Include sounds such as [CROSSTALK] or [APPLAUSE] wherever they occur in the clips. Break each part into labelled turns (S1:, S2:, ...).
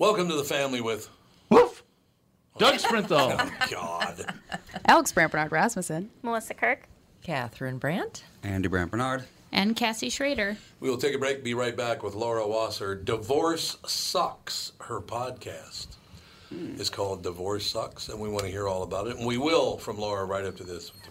S1: Welcome to the family with
S2: Doug Sprinthal.
S1: [LAUGHS] oh God.
S3: Alex Brant Bernard Rasmussen.
S4: Melissa Kirk.
S5: Catherine Brandt.
S6: Andy Brandt Bernard.
S7: And Cassie Schrader.
S1: We will take a break. Be right back with Laura Wasser. Divorce sucks. Her podcast is called Divorce Sucks, and we want to hear all about it. And we will from Laura right after this with the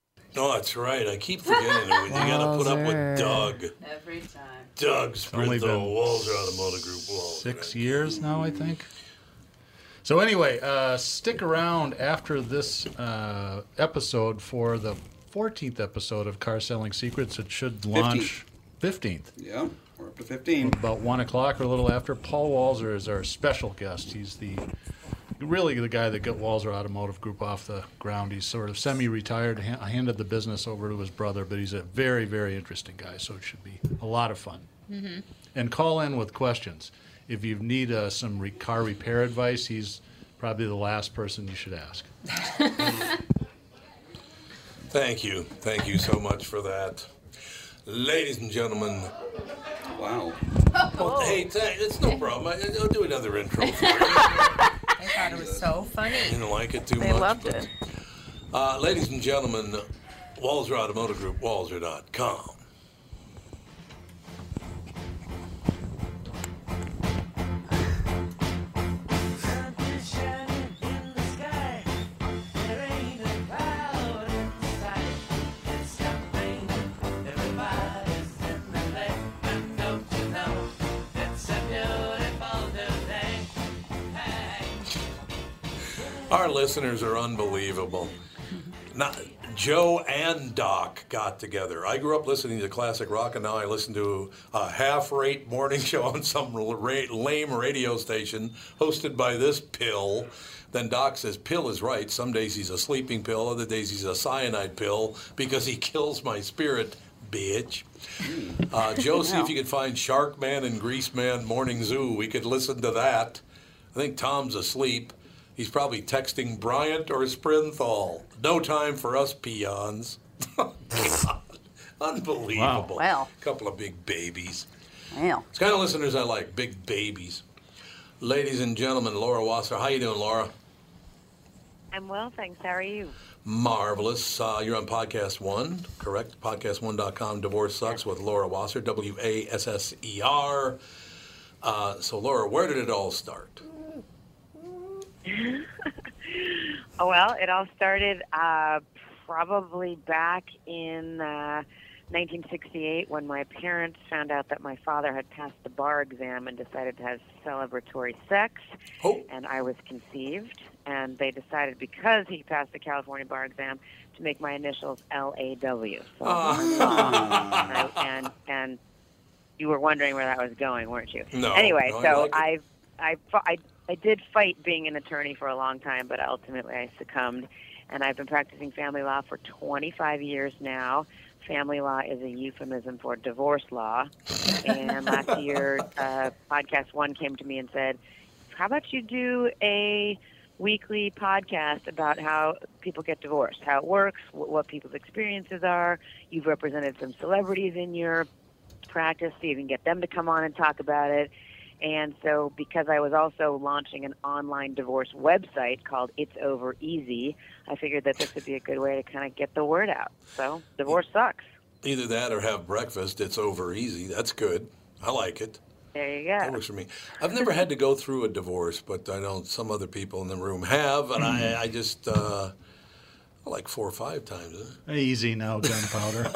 S1: Oh, that's right. I keep forgetting it. You got to put up with Doug. Every time. Doug
S8: only
S1: Sprinthal,
S8: been
S1: Walzer Automotive Group, Walzer.
S8: six years now, I think. So anyway, uh, stick around after this uh, episode for the 14th episode of Car Selling Secrets. It should launch 15th,
S6: Yeah, we're up to 15.
S8: about one o'clock or a little after. Paul Walzer is our special guest. He's the really the guy that got Walzer Automotive Group off the ground. He's sort of semi-retired, ha- handed the business over to his brother, but he's a very, very interesting guy. So it should be a lot of fun
S3: Mm-hmm.
S8: and call in with questions. If you need uh, some re- car repair advice, he's probably the last person you should ask.
S1: Thank you. Thank you so much for that. Ladies and gentlemen,
S6: Wow.
S1: [LAUGHS] hey, th- it's no problem. I, I'll do another intro for you.
S5: I thought it was so funny.
S1: didn't like it too
S4: They
S1: much.
S4: loved
S1: but-
S4: it.
S1: Uh, ladies and gentlemen, Walzer Automotive Group, walzer.com. Our listeners are unbelievable. Not, Joe and Doc got together. I grew up listening to classic rock, and now I listen to a half-rate morning [LAUGHS] show on some l- ra- lame radio station hosted by this pill. Then Doc says, "Pill is right. Some days he's a sleeping pill, other days he's a cyanide pill because he kills my spirit, bitch." Uh, Joe, see if you could find Shark Man and Grease Man Morning Zoo. We could listen to that. I think Tom's asleep. He's probably texting Bryant or Sprinthal. No time for us peons. [LAUGHS] Unbelievable.
S4: Wow.
S1: Couple of big babies.
S4: Well,
S1: It's the kind of listeners I like, big babies. Ladies and gentlemen, Laura Wasser. How you doing, Laura?
S4: I'm well, thanks. How are you? [LAUGHS]
S1: Marvelous. Uh, you're on Podcast One, correct? Podcast1.com, Divorce Sucks with Laura Wasser, W A S S E R. Uh, so, Laura, where did it all start?
S4: Oh, well, it all started uh, probably back in uh, 1968 when my parents found out that my father had passed the bar exam and decided to have celebratory sex.
S1: Oh.
S4: And I was conceived. And they decided because he passed the California bar exam to make my initials LAW. So [LAUGHS] I- and, and you were wondering where that was going, weren't you?
S1: No,
S4: Anyway,
S1: no, I
S4: so
S1: like it.
S4: I, I, fu- I, I did fight being an attorney for a long time, but ultimately I succumbed, and I've been practicing family law for 25 years now. Family law is a euphemism for divorce law. And
S1: [LAUGHS]
S4: last year, uh, podcast one came to me and said, "How about you do a weekly podcast about how people get divorced, how it works, what, what people's experiences are. You've represented some celebrities in your practice, see if you can get them to come on and talk about it. And so, because I was also launching an online divorce website called It's Over Easy, I figured that this would be a good way to kind of get the word out. [LAUGHS] So, divorce sucks.
S1: Either that or have breakfast. It's over easy. That's good. I like it.
S4: There you
S1: That
S4: go.
S1: works for me. I've never had to go through a divorce, but I know some other people in the room have, and I, I just uh, like four or five times. Huh?
S8: Easy now, gunpowder.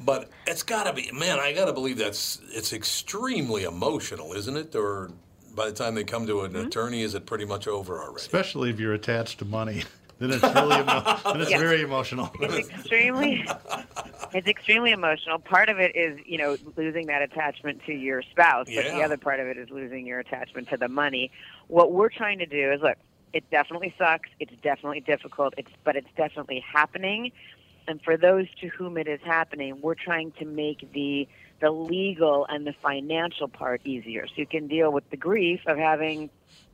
S1: But it's got to be, man. I got to believe that's it's extremely emotional, isn't it? Or by the time they come to
S4: Mm-hmm.
S1: an attorney, is it pretty much over
S8: [LAUGHS]
S1: already?
S8: Especially if you're attached to money. [LAUGHS] Then it's really emo- then it's
S4: Yeah.
S8: very emotional.
S4: [LAUGHS] It's extremely, it's extremely emotional. Part of it is, you know, losing that attachment to your spouse, but the
S1: Yeah.
S4: other part of it is losing your attachment to the money. What we're trying to do is look. It definitely sucks. It's definitely difficult. It's but it's definitely happening, and for those to whom it is happening, we're trying to make the the legal and the financial part easier, so you can deal with the grief of having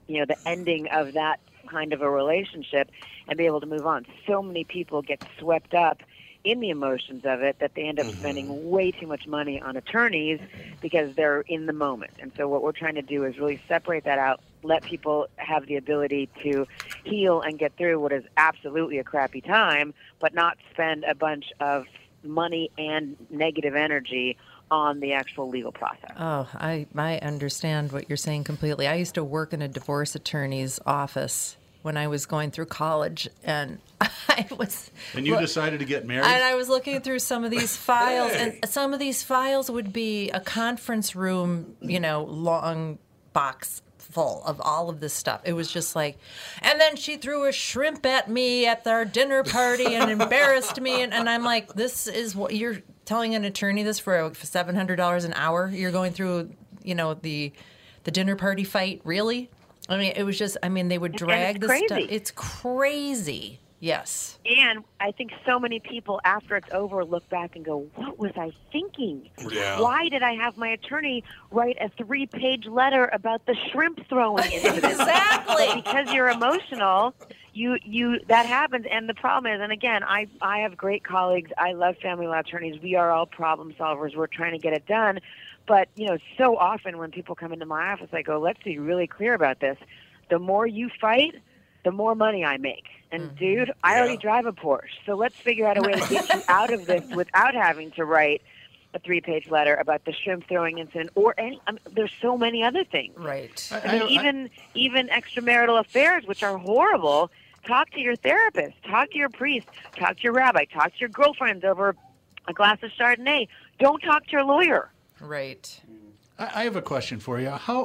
S4: you know the ending of that kind of a relationship and be able to move on so many people get swept up in the emotions of it that they end up spending way too much money on attorneys because they're in the moment and so what we're trying to do is really separate that out let people have the ability to heal and get through what is absolutely a crappy time but not spend a bunch of money and negative energy on the actual legal process
S5: Oh, I, I understand what you're saying completely. I used to work in a divorce attorney's office when I was going through college, and I was.
S8: And you
S5: look-
S8: decided to get married?
S5: And I was looking through some of these files, and some of these files would be a conference room, you know, long box full of all of this stuff. It was just like, and then she threw a shrimp at me at our dinner party and embarrassed me. And, and I'm like, this is what you're telling an attorney this for $700 an hour. You're going through, you know, the, the dinner party fight. Really? I mean, it was just, I mean, they would drag this stuff.
S4: crazy.
S5: It's crazy. Yes.
S4: And I think so many people, after it's over, look back and go, "What was I thinking?
S1: Yeah.
S4: Why did I have my attorney write a three-page letter about the shrimp throwing incident?"
S5: Exactly.
S4: because you're emotional, you you that happens. And the problem is, and again, I I have great colleagues. I love family law attorneys. We are all problem solvers. We're trying to get it done. But you know, so often when people come into my office, I go, "Let's be really clear about this. The more you fight, the more money I make." And
S5: Mm-hmm.
S4: dude, I
S1: Yeah.
S4: already drive a Porsche. So let's figure out a way to get you out of
S5: [LAUGHS]
S4: this without having to write a three-page letter about the shrimp throwing incident or any. I mean, there's so many other things.
S5: Right.
S8: I-
S4: I mean,
S8: I- I-
S4: even even extramarital affairs, which are horrible. Talk to your therapist. Talk to your priest. Talk to your rabbi. Talk to your girlfriends over a glass of Chardonnay. Don't talk to your lawyer.
S5: Right.
S8: I, I have a question for you. How,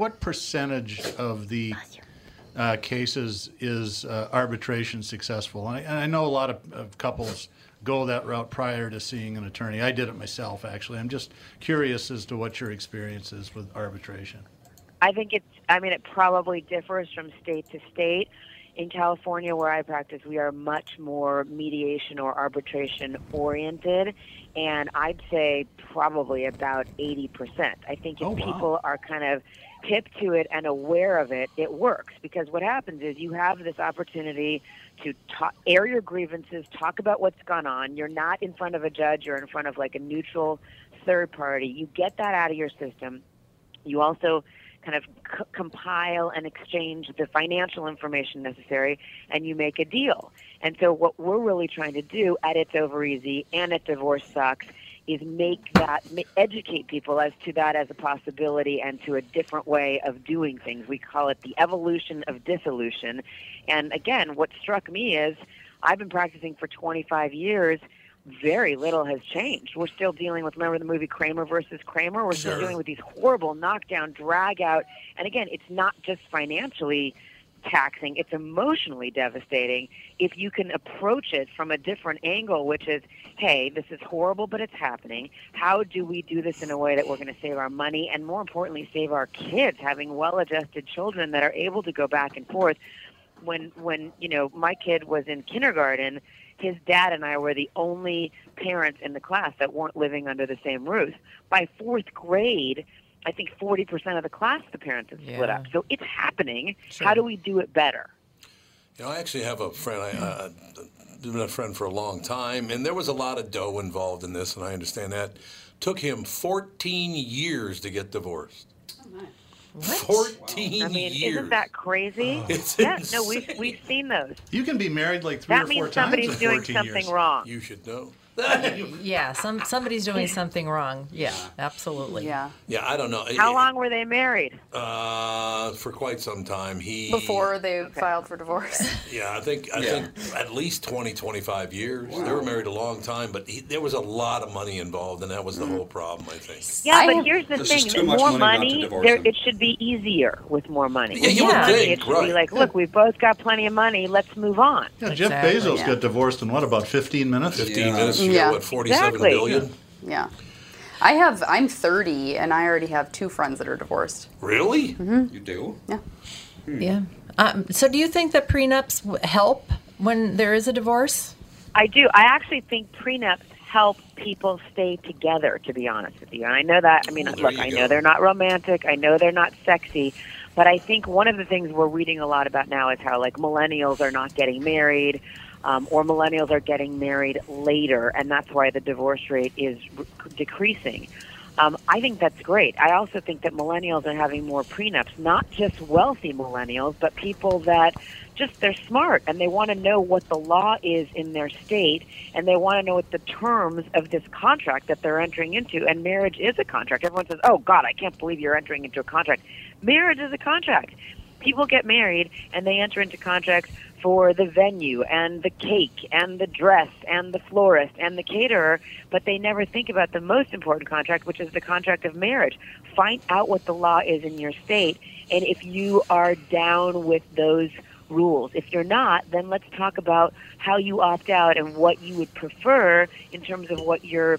S8: what percentage of the uh, cases is uh, arbitration successful? And I, and I know a lot of, of couples go that route prior to seeing an attorney. I did it myself, actually. I'm just curious as to what your experience is with arbitration.
S4: I think it's. I mean, it probably differs from state to state. In California, where I practice, we are much more mediation or arbitration oriented, and I'd say probably about eighty percent. I think if
S8: Oh, wow.
S4: people are kind of hip to it and aware of it, it works because what happens is you have this opportunity to ta air your grievances, talk about what's gone on. You're not in front of a judge; you're in front of like a neutral third party. You get that out of your system. You also kind of c- compile and exchange the financial information necessary, and you make a deal. And so, what we're really trying to do at It's Over Easy and at Divorce Sucks is make that ma- educate people as to that as a possibility and to a different way of doing things. We call it the evolution of dissolution. And again, what struck me is I've been practicing for 25 years. Very little has changed. We're still dealing with remember the movie Kramer versus Kramer. We're still
S1: Sure.
S4: dealing with these horrible knockdown, drag out. And again, it's not just financially taxing, it's emotionally devastating if you can approach it from a different angle, which is, hey, this is horrible, but it's happening. How do we do this in a way that we're going to save our money and, more importantly, save our kids, having well adjusted children that are able to go back and forth? When, when, you know, my kid was in kindergarten, his dad and I were the only parents in the class that weren't living under the same roof. By fourth grade, I think 40% of the class, the parents have split
S5: Yeah.
S4: up. So it's happening.
S5: Sure.
S4: How do we do it better?
S1: You know, I actually have a friend. I, uh, been a friend for a long time, and there was a lot of dough involved in this, and I understand that. Took him 14 years to get divorced.
S5: What?
S1: 14
S4: I mean,
S1: years.
S4: isn't that crazy?
S1: It's
S4: yeah, no, we've
S1: insane.
S4: we've seen those.
S8: You can be married like three
S4: That
S8: or four
S4: means
S8: times
S4: somebody's
S8: in
S4: doing
S8: 14
S4: something
S8: years.
S4: wrong.
S1: You should know.
S5: Yeah, some somebody's doing something wrong. Yeah, absolutely.
S3: Yeah.
S1: yeah, I don't know.
S4: How long were they married?
S1: Uh, for quite some time. He
S3: Before they filed for divorce. [LAUGHS]
S1: Yeah, I think I
S6: Yeah.
S1: think at least 20, 25 years. They were married a long time, but he, there was a lot of money involved, and that was the whole problem. I think.
S4: Yeah,
S3: I
S4: but
S3: have-
S4: here's the
S6: There's
S4: thing:
S6: just Hmm. too
S4: the
S6: much
S4: more
S6: money not to
S4: money,
S6: divorce
S4: there,
S6: them.
S4: it should be easier with more money.
S1: Yeah, you
S5: would
S4: With more money,
S1: think,
S4: it should
S1: right.
S4: be like, look, we've both got plenty of money. Let's move on.
S8: Yeah, Jeff
S5: Exactly.
S8: Bezos got divorced in what about 15 minutes?
S1: 15 minutes, you
S3: Yeah.
S1: got what, forty-seven
S4: Exactly.
S1: billion?
S3: yeah. I have, I'm 30 and I already have two friends that are divorced.
S1: Really?
S6: You do?
S3: Yeah.
S5: Yeah. Um, so, do you think that prenups w- help when there is a divorce?
S4: I do. I actually think prenups help people stay together, to be honest with you. And I know that, I mean,
S1: Well, there
S4: look,
S1: you
S4: I
S1: go.
S4: know they're not romantic. I know they're not sexy. But I think one of the things we're reading a lot about now is how, like, millennials are not getting married. Um, or millennials are getting married later, and that's why the divorce rate is r- decreasing. Um, I think that's great. I also think that millennials are having more prenups, not just wealthy millennials, but people that just they're smart and they want to know what the law is in their state and they want to know what the terms of this contract that they're entering into. And marriage is a contract. Everyone says, oh, God, I can't believe you're entering into a contract. Marriage is a contract. People get married and they enter into contracts for the venue and the cake and the dress and the florist and the caterer, but they never think about the most important contract, which is the contract of marriage. Find out what the law is in your state and if you are down with those rules. If you're not, then let's talk about how you opt out and what you would prefer in terms of what your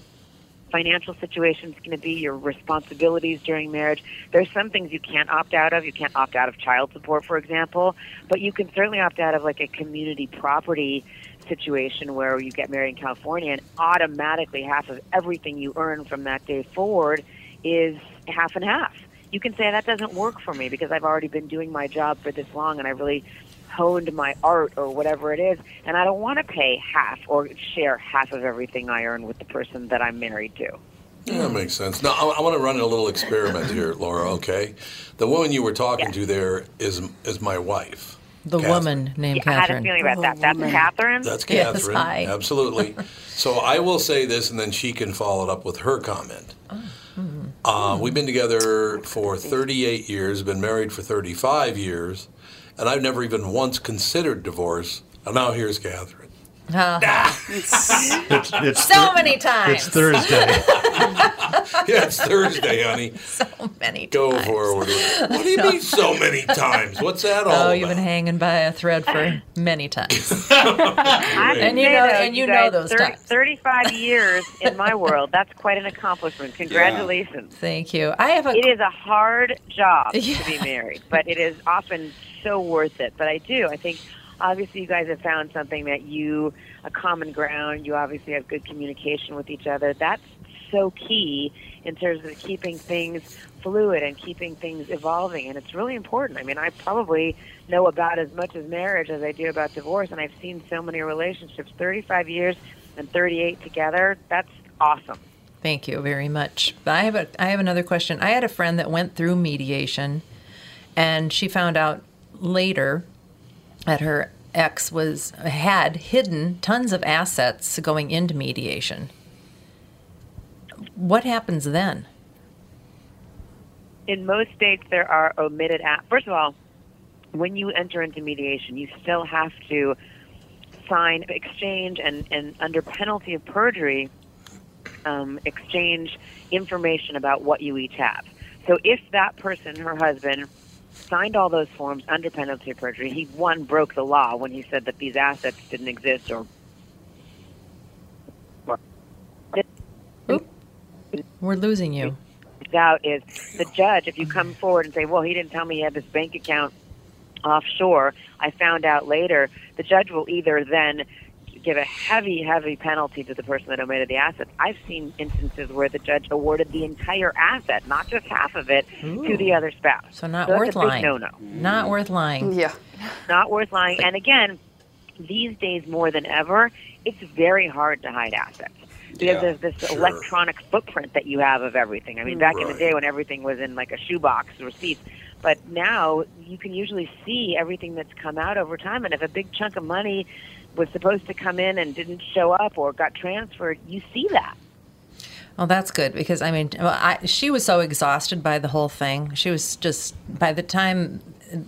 S4: financial situation is going to be, your responsibilities during marriage. There's some things you can't opt out of. You can't opt out of child support, for example, but you can certainly opt out of like a community property situation where you get married in California and automatically half of everything you earn from that day forward is half and half. You can say that doesn't work for me because I've already been doing my job for this long and I really honed my art or whatever it is, and I don't want to pay half or share half of everything I earn with the person that I'm married to.
S1: Yeah, that makes sense. Now, I, I want to run a little
S8: [LAUGHS]
S1: experiment here, Laura, okay? The woman you were talking
S4: Yeah.
S1: to there is is my wife.
S5: The
S1: Catherine.
S5: woman named
S4: I had a
S5: Catherine.
S4: feeling about that. That's Catherine.
S1: That's
S5: Yes,
S1: Catherine.
S5: hi. [LAUGHS]
S1: Absolutely. so I will say this, and then she can follow it up with her comment.
S9: Mm-hmm.
S1: Uh,
S5: Hmm.
S1: we've been together for 38 years, been married for 35 years, and I've never even once considered divorce. And now here's Catherine.
S8: It's, it's
S5: Uh-huh. So
S8: Thur-
S5: many
S8: It's
S5: times.
S8: Thursday.
S1: [LAUGHS] Yeah, it's Thursday, honey.
S5: [LAUGHS] so many times.
S1: Go forward. What do you mean so many times? What's that
S5: [LAUGHS]
S1: all
S5: Oh,
S1: about?
S5: you've been hanging by a thread for many
S1: [LAUGHS]
S5: times.
S4: I
S5: And you
S4: say,
S5: know-
S4: though,
S5: and you know
S4: guys,
S5: those times.
S4: 35 years in my world, that's quite
S5: [LAUGHS]
S4: an accomplishment. Congratulations.
S5: Thank you. I have a
S4: It is a hard job
S5: Yeah.
S4: to be married, but it is often so worth it. But I do. I think obviously you guys have found something that you, a common ground, you obviously have good communication with each other. That's so key in terms of keeping things fluid and keeping things evolving. And it's really important. I mean, I probably know about as much as marriage as I do about divorce, and I've seen so many relationships 35 years and 38 together. That's awesome.
S5: Thank you very much. But I have a I have another question. I had a friend that went through mediation and she found out later that her ex was had hidden tons of assets going into mediation. What happens then?
S4: in most states there are omitted a First of all, when you enter into mediation, you still have to sign exchange and, and under penalty of perjury, um, exchange information about what you each have. So if that person, her husband, signed all those forms under penalty of perjury, he one broke the law when he said that these assets didn't exist or
S5: We're losing you.
S4: doubt is the judge, if you come forward and say, well, he didn't tell me he had this bank account offshore, I found out later, the judge will either then give a heavy, heavy penalty to the person that omitted the assets. I've seen instances where the judge awarded the entire asset, not just half of it, to the other spouse.
S5: So not
S4: that's
S5: worth
S4: a big
S5: lying.
S4: No, no
S5: Not worth lying.
S3: Yeah.
S4: not worth lying. And again, these days more than ever, it's very hard to hide assets because
S6: Yeah,
S4: there's this
S1: sure.
S4: electronic footprint that you have of everything. I mean, back in the
S1: Right.
S4: day when everything was in like a shoebox receipts, but now you can usually see everything that's come out over time. And if a big chunk of money was supposed to come in and didn't show up or got transferred, you see that.
S5: Well, that's good because I mean, well, I, she was so exhausted by the whole thing. She was just by the time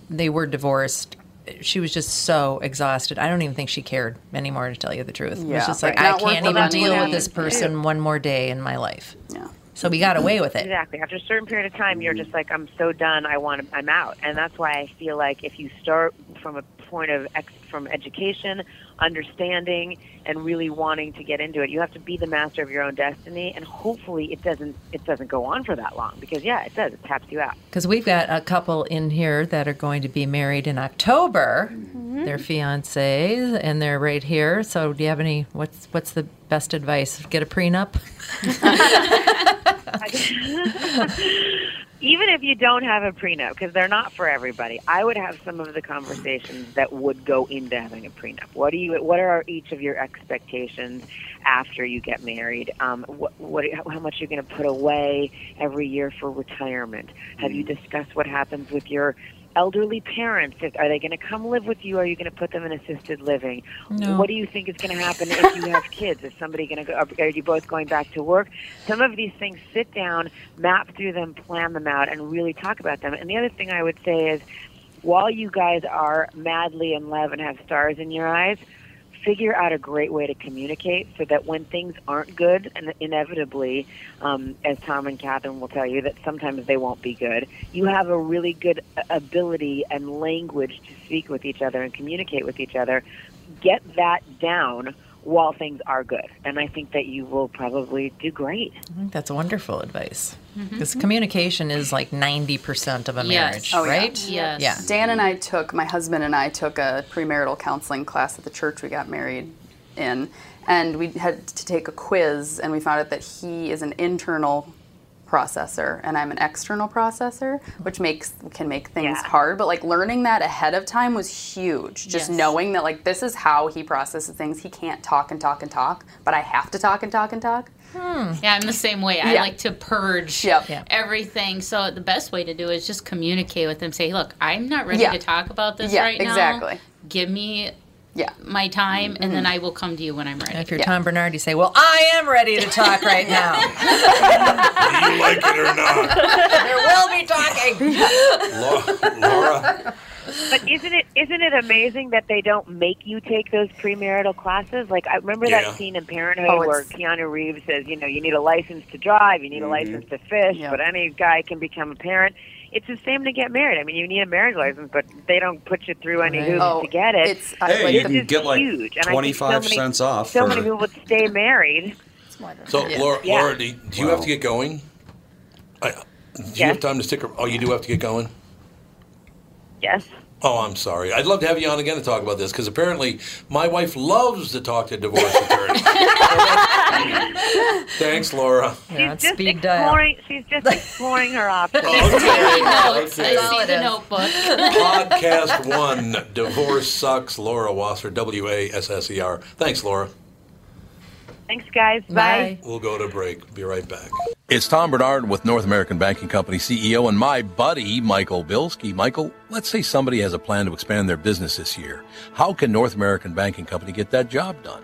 S5: they were divorced, she was just so exhausted. I don't even think she cared anymore, to tell you the truth. It was
S3: Yeah,
S5: just like
S3: right.
S5: I
S3: Not worth
S5: can't
S3: the
S5: even
S3: money
S5: deal with
S3: and-
S5: this person one more day in my life.
S3: Yeah.
S5: So we got away with it.
S4: Exactly. After a certain period of time, you're just like, I'm so done. I want. I'm out. And that's why I feel like if you start from a point of ex- from education, understanding, and really wanting to get into it, you have to be the master of your own destiny. And hopefully, it doesn't it doesn't go on for that long because yeah, it does. It taps you out.
S5: Because we've got a couple in here that are going to be married in October. They're fiancés, and they're right here. So, do you have any? What's what's the best advice? Get a prenup. [LAUGHS]
S4: Even if you don't have a prenup, because they're not for everybody, I would have some of the conversations that would go into having a prenup. What do you? What are each of your expectations after you get married? Um, what, what? How much you're going to put away every year for retirement? Have you discussed what happens with your elderly parents? If- Are they going to come live with you? Are you going to put them in assisted living?
S5: No.
S4: What do you think is going to happen if you have [LAUGHS] kids? Is somebody going to go? Are, are you both going back to work? Some of these things, sit down, map through them, plan them out, and really talk about them. And the other thing I would say is, while you guys are madly in love and have stars in your eyes, figure out a great way to communicate so that when things aren't good, and inevitably, um, as Tom and Catherine will tell you, that sometimes they won't be good, you have a really good a- ability and language to speak with each other and communicate with each other. Get that down while things are good. And I think that you will probably do great.
S5: I think that's wonderful advice. Because communication is like ninety percent of a marriage,
S3: Oh, yeah.
S5: right?
S7: Yes.
S5: Yeah.
S3: Dan and I took my husband and I took a premarital counseling class at the church we got married in, and we had to take a quiz, and we found out that he is an internal processor and I'm an external processor, which makes can make things
S4: Yeah.
S3: hard. But like learning that ahead of time was huge. Just
S7: Yes.
S3: knowing that like this is how he processes things. He can't talk and talk and talk, but I have to talk and talk and talk.
S7: Oh, Yeah, I'm the same way. I
S3: Hmm. Yeah.
S7: like to purge
S3: Yep. Yeah.
S7: everything. So the best way to do is just communicate with them. Say, look, I'm not ready
S3: Yeah.
S7: to talk about this
S3: Yeah,
S7: right now.
S3: exactly.
S7: Give me
S3: Yeah. Mm-hmm.
S7: my time, and then I will come to you when I'm ready.
S5: If you're Tom Bernard, you say, "Well, I am ready to talk right now.
S1: [LAUGHS] Do you like it or not?
S5: [LAUGHS] there will be talking."
S1: Lau- Laura,
S4: But isn't it isn't it amazing that they don't make you take those premarital classes? Like I remember
S1: Yeah.
S4: that scene in Parenthood
S3: Oh,
S4: where
S3: it's-
S4: Keanu Reeves says, you know, you need a license to drive, you need a license to fish,
S3: Yeah.
S4: but any guy can become a parent. It's the same to get married. I mean, you need a marriage license, but they don't put you through any
S5: Right.
S4: hoops
S3: Oh,
S4: to get it.
S3: it's I,
S6: Hey,
S3: like
S6: you
S3: the-
S6: can
S4: is
S6: get like
S4: huge, and I think so
S6: 25
S4: many-
S6: cents off.
S4: so
S6: for,
S4: many people would stay married.
S1: so Laura,
S4: Yeah.
S1: Laura, do, do you
S6: Wow.
S1: have to get going? I, do you
S4: Yeah.
S1: have time to stick? ar- Oh, you do have to get going.
S4: Yes.
S1: Oh, I'm sorry. I'd love to have you on again to talk about this because apparently my wife loves to talk to divorce attorneys.
S4: [LAUGHS]
S1: Thanks, Laura.
S5: Yeah, it's
S4: she's just
S5: speed dial.
S4: exploring. She's
S5: [LAUGHS]
S4: just exploring her options.
S7: Taking notes.
S6: Okay.
S7: I see the notebook.
S1: Podcast one, Divorce Sucks, Laura Wasser, W A S S E R. Thanks, Laura.
S4: Thanks, guys. Bye.
S5: Bye.
S1: We'll go to break. Be right back. It's Tom Bernard with North American Banking Company CEO and my buddy, Michael Bilski. Michael, let's say somebody has a plan to expand their business this year. How can North American Banking Company get that job done?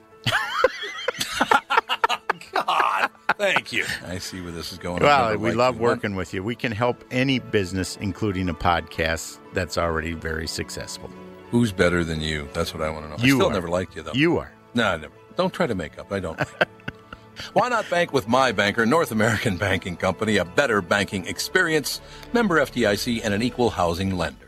S1: [LAUGHS] God, thank you. I see where this is going.
S10: Well, we love working with you. We can help any business, including a podcast that's already very successful.
S1: Who's better than you? That's what I want to know. I
S10: You
S1: still
S10: are.
S1: never liked you though.
S10: You are.
S1: No, I never. Don't try to make up. I don't. like you. Why not bank with my banker, North American Banking Company, a better banking experience, member FDIC, and an equal housing lender.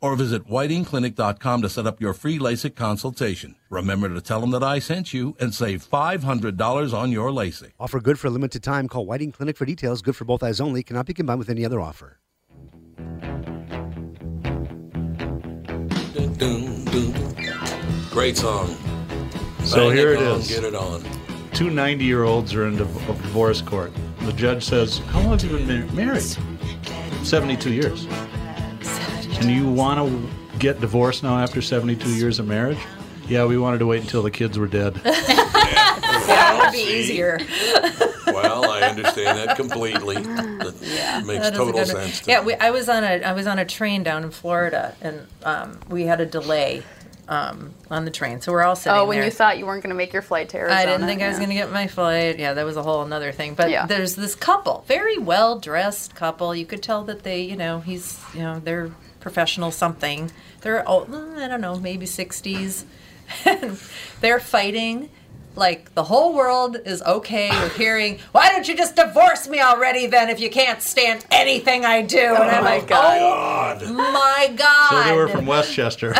S1: or visit whitingclinic.com to set up your free LASIK consultation. Remember to tell them that I sent you and save $500 on your LASIK.
S11: Offer good for a limited time. Call Whiting Clinic for details. Good for both eyes only. Cannot be combined with any other offer.
S7: Dun, dun, dun. Great song.
S8: So
S7: Bang
S8: here it
S7: on,
S8: is.
S7: Get it on.
S8: Two 90 year olds are in div- of divorce court. The judge says, How long have you been ma- married? 72 years. And you want to get divorced now after 72 years of marriage? Yeah, we wanted to wait until the kids were dead.
S5: that would be easier.
S1: [LAUGHS]
S7: Well, I understand
S5: [LAUGHS]
S7: that completely. That makes
S5: That is a
S7: total
S5: good one.
S7: sense. To
S5: Yeah, we, I was on a I was on a train down in Florida, and um, we had a delay um, on the train, so we're all sitting
S3: Oh, when
S5: there.
S3: you thought you weren't going to make your flight to Arizona.
S5: I didn't think I was
S3: yeah.
S5: going to get my flight. Yeah, that was a whole another thing. But
S3: Yeah.
S5: there's this couple, very well dressed couple. You could tell that they, you know, he's, you know, they're professional something. They're old, mm, I don't know, maybe 60s. And [LAUGHS] they're fighting. Like the whole world is okay with hearing, why don't you just divorce me already then if you can't stand anything I do? And
S3: Oh
S5: I'm
S8: my
S5: like,
S8: God.
S5: oh my God.
S8: so they were from
S7: [LAUGHS]
S8: Westchester.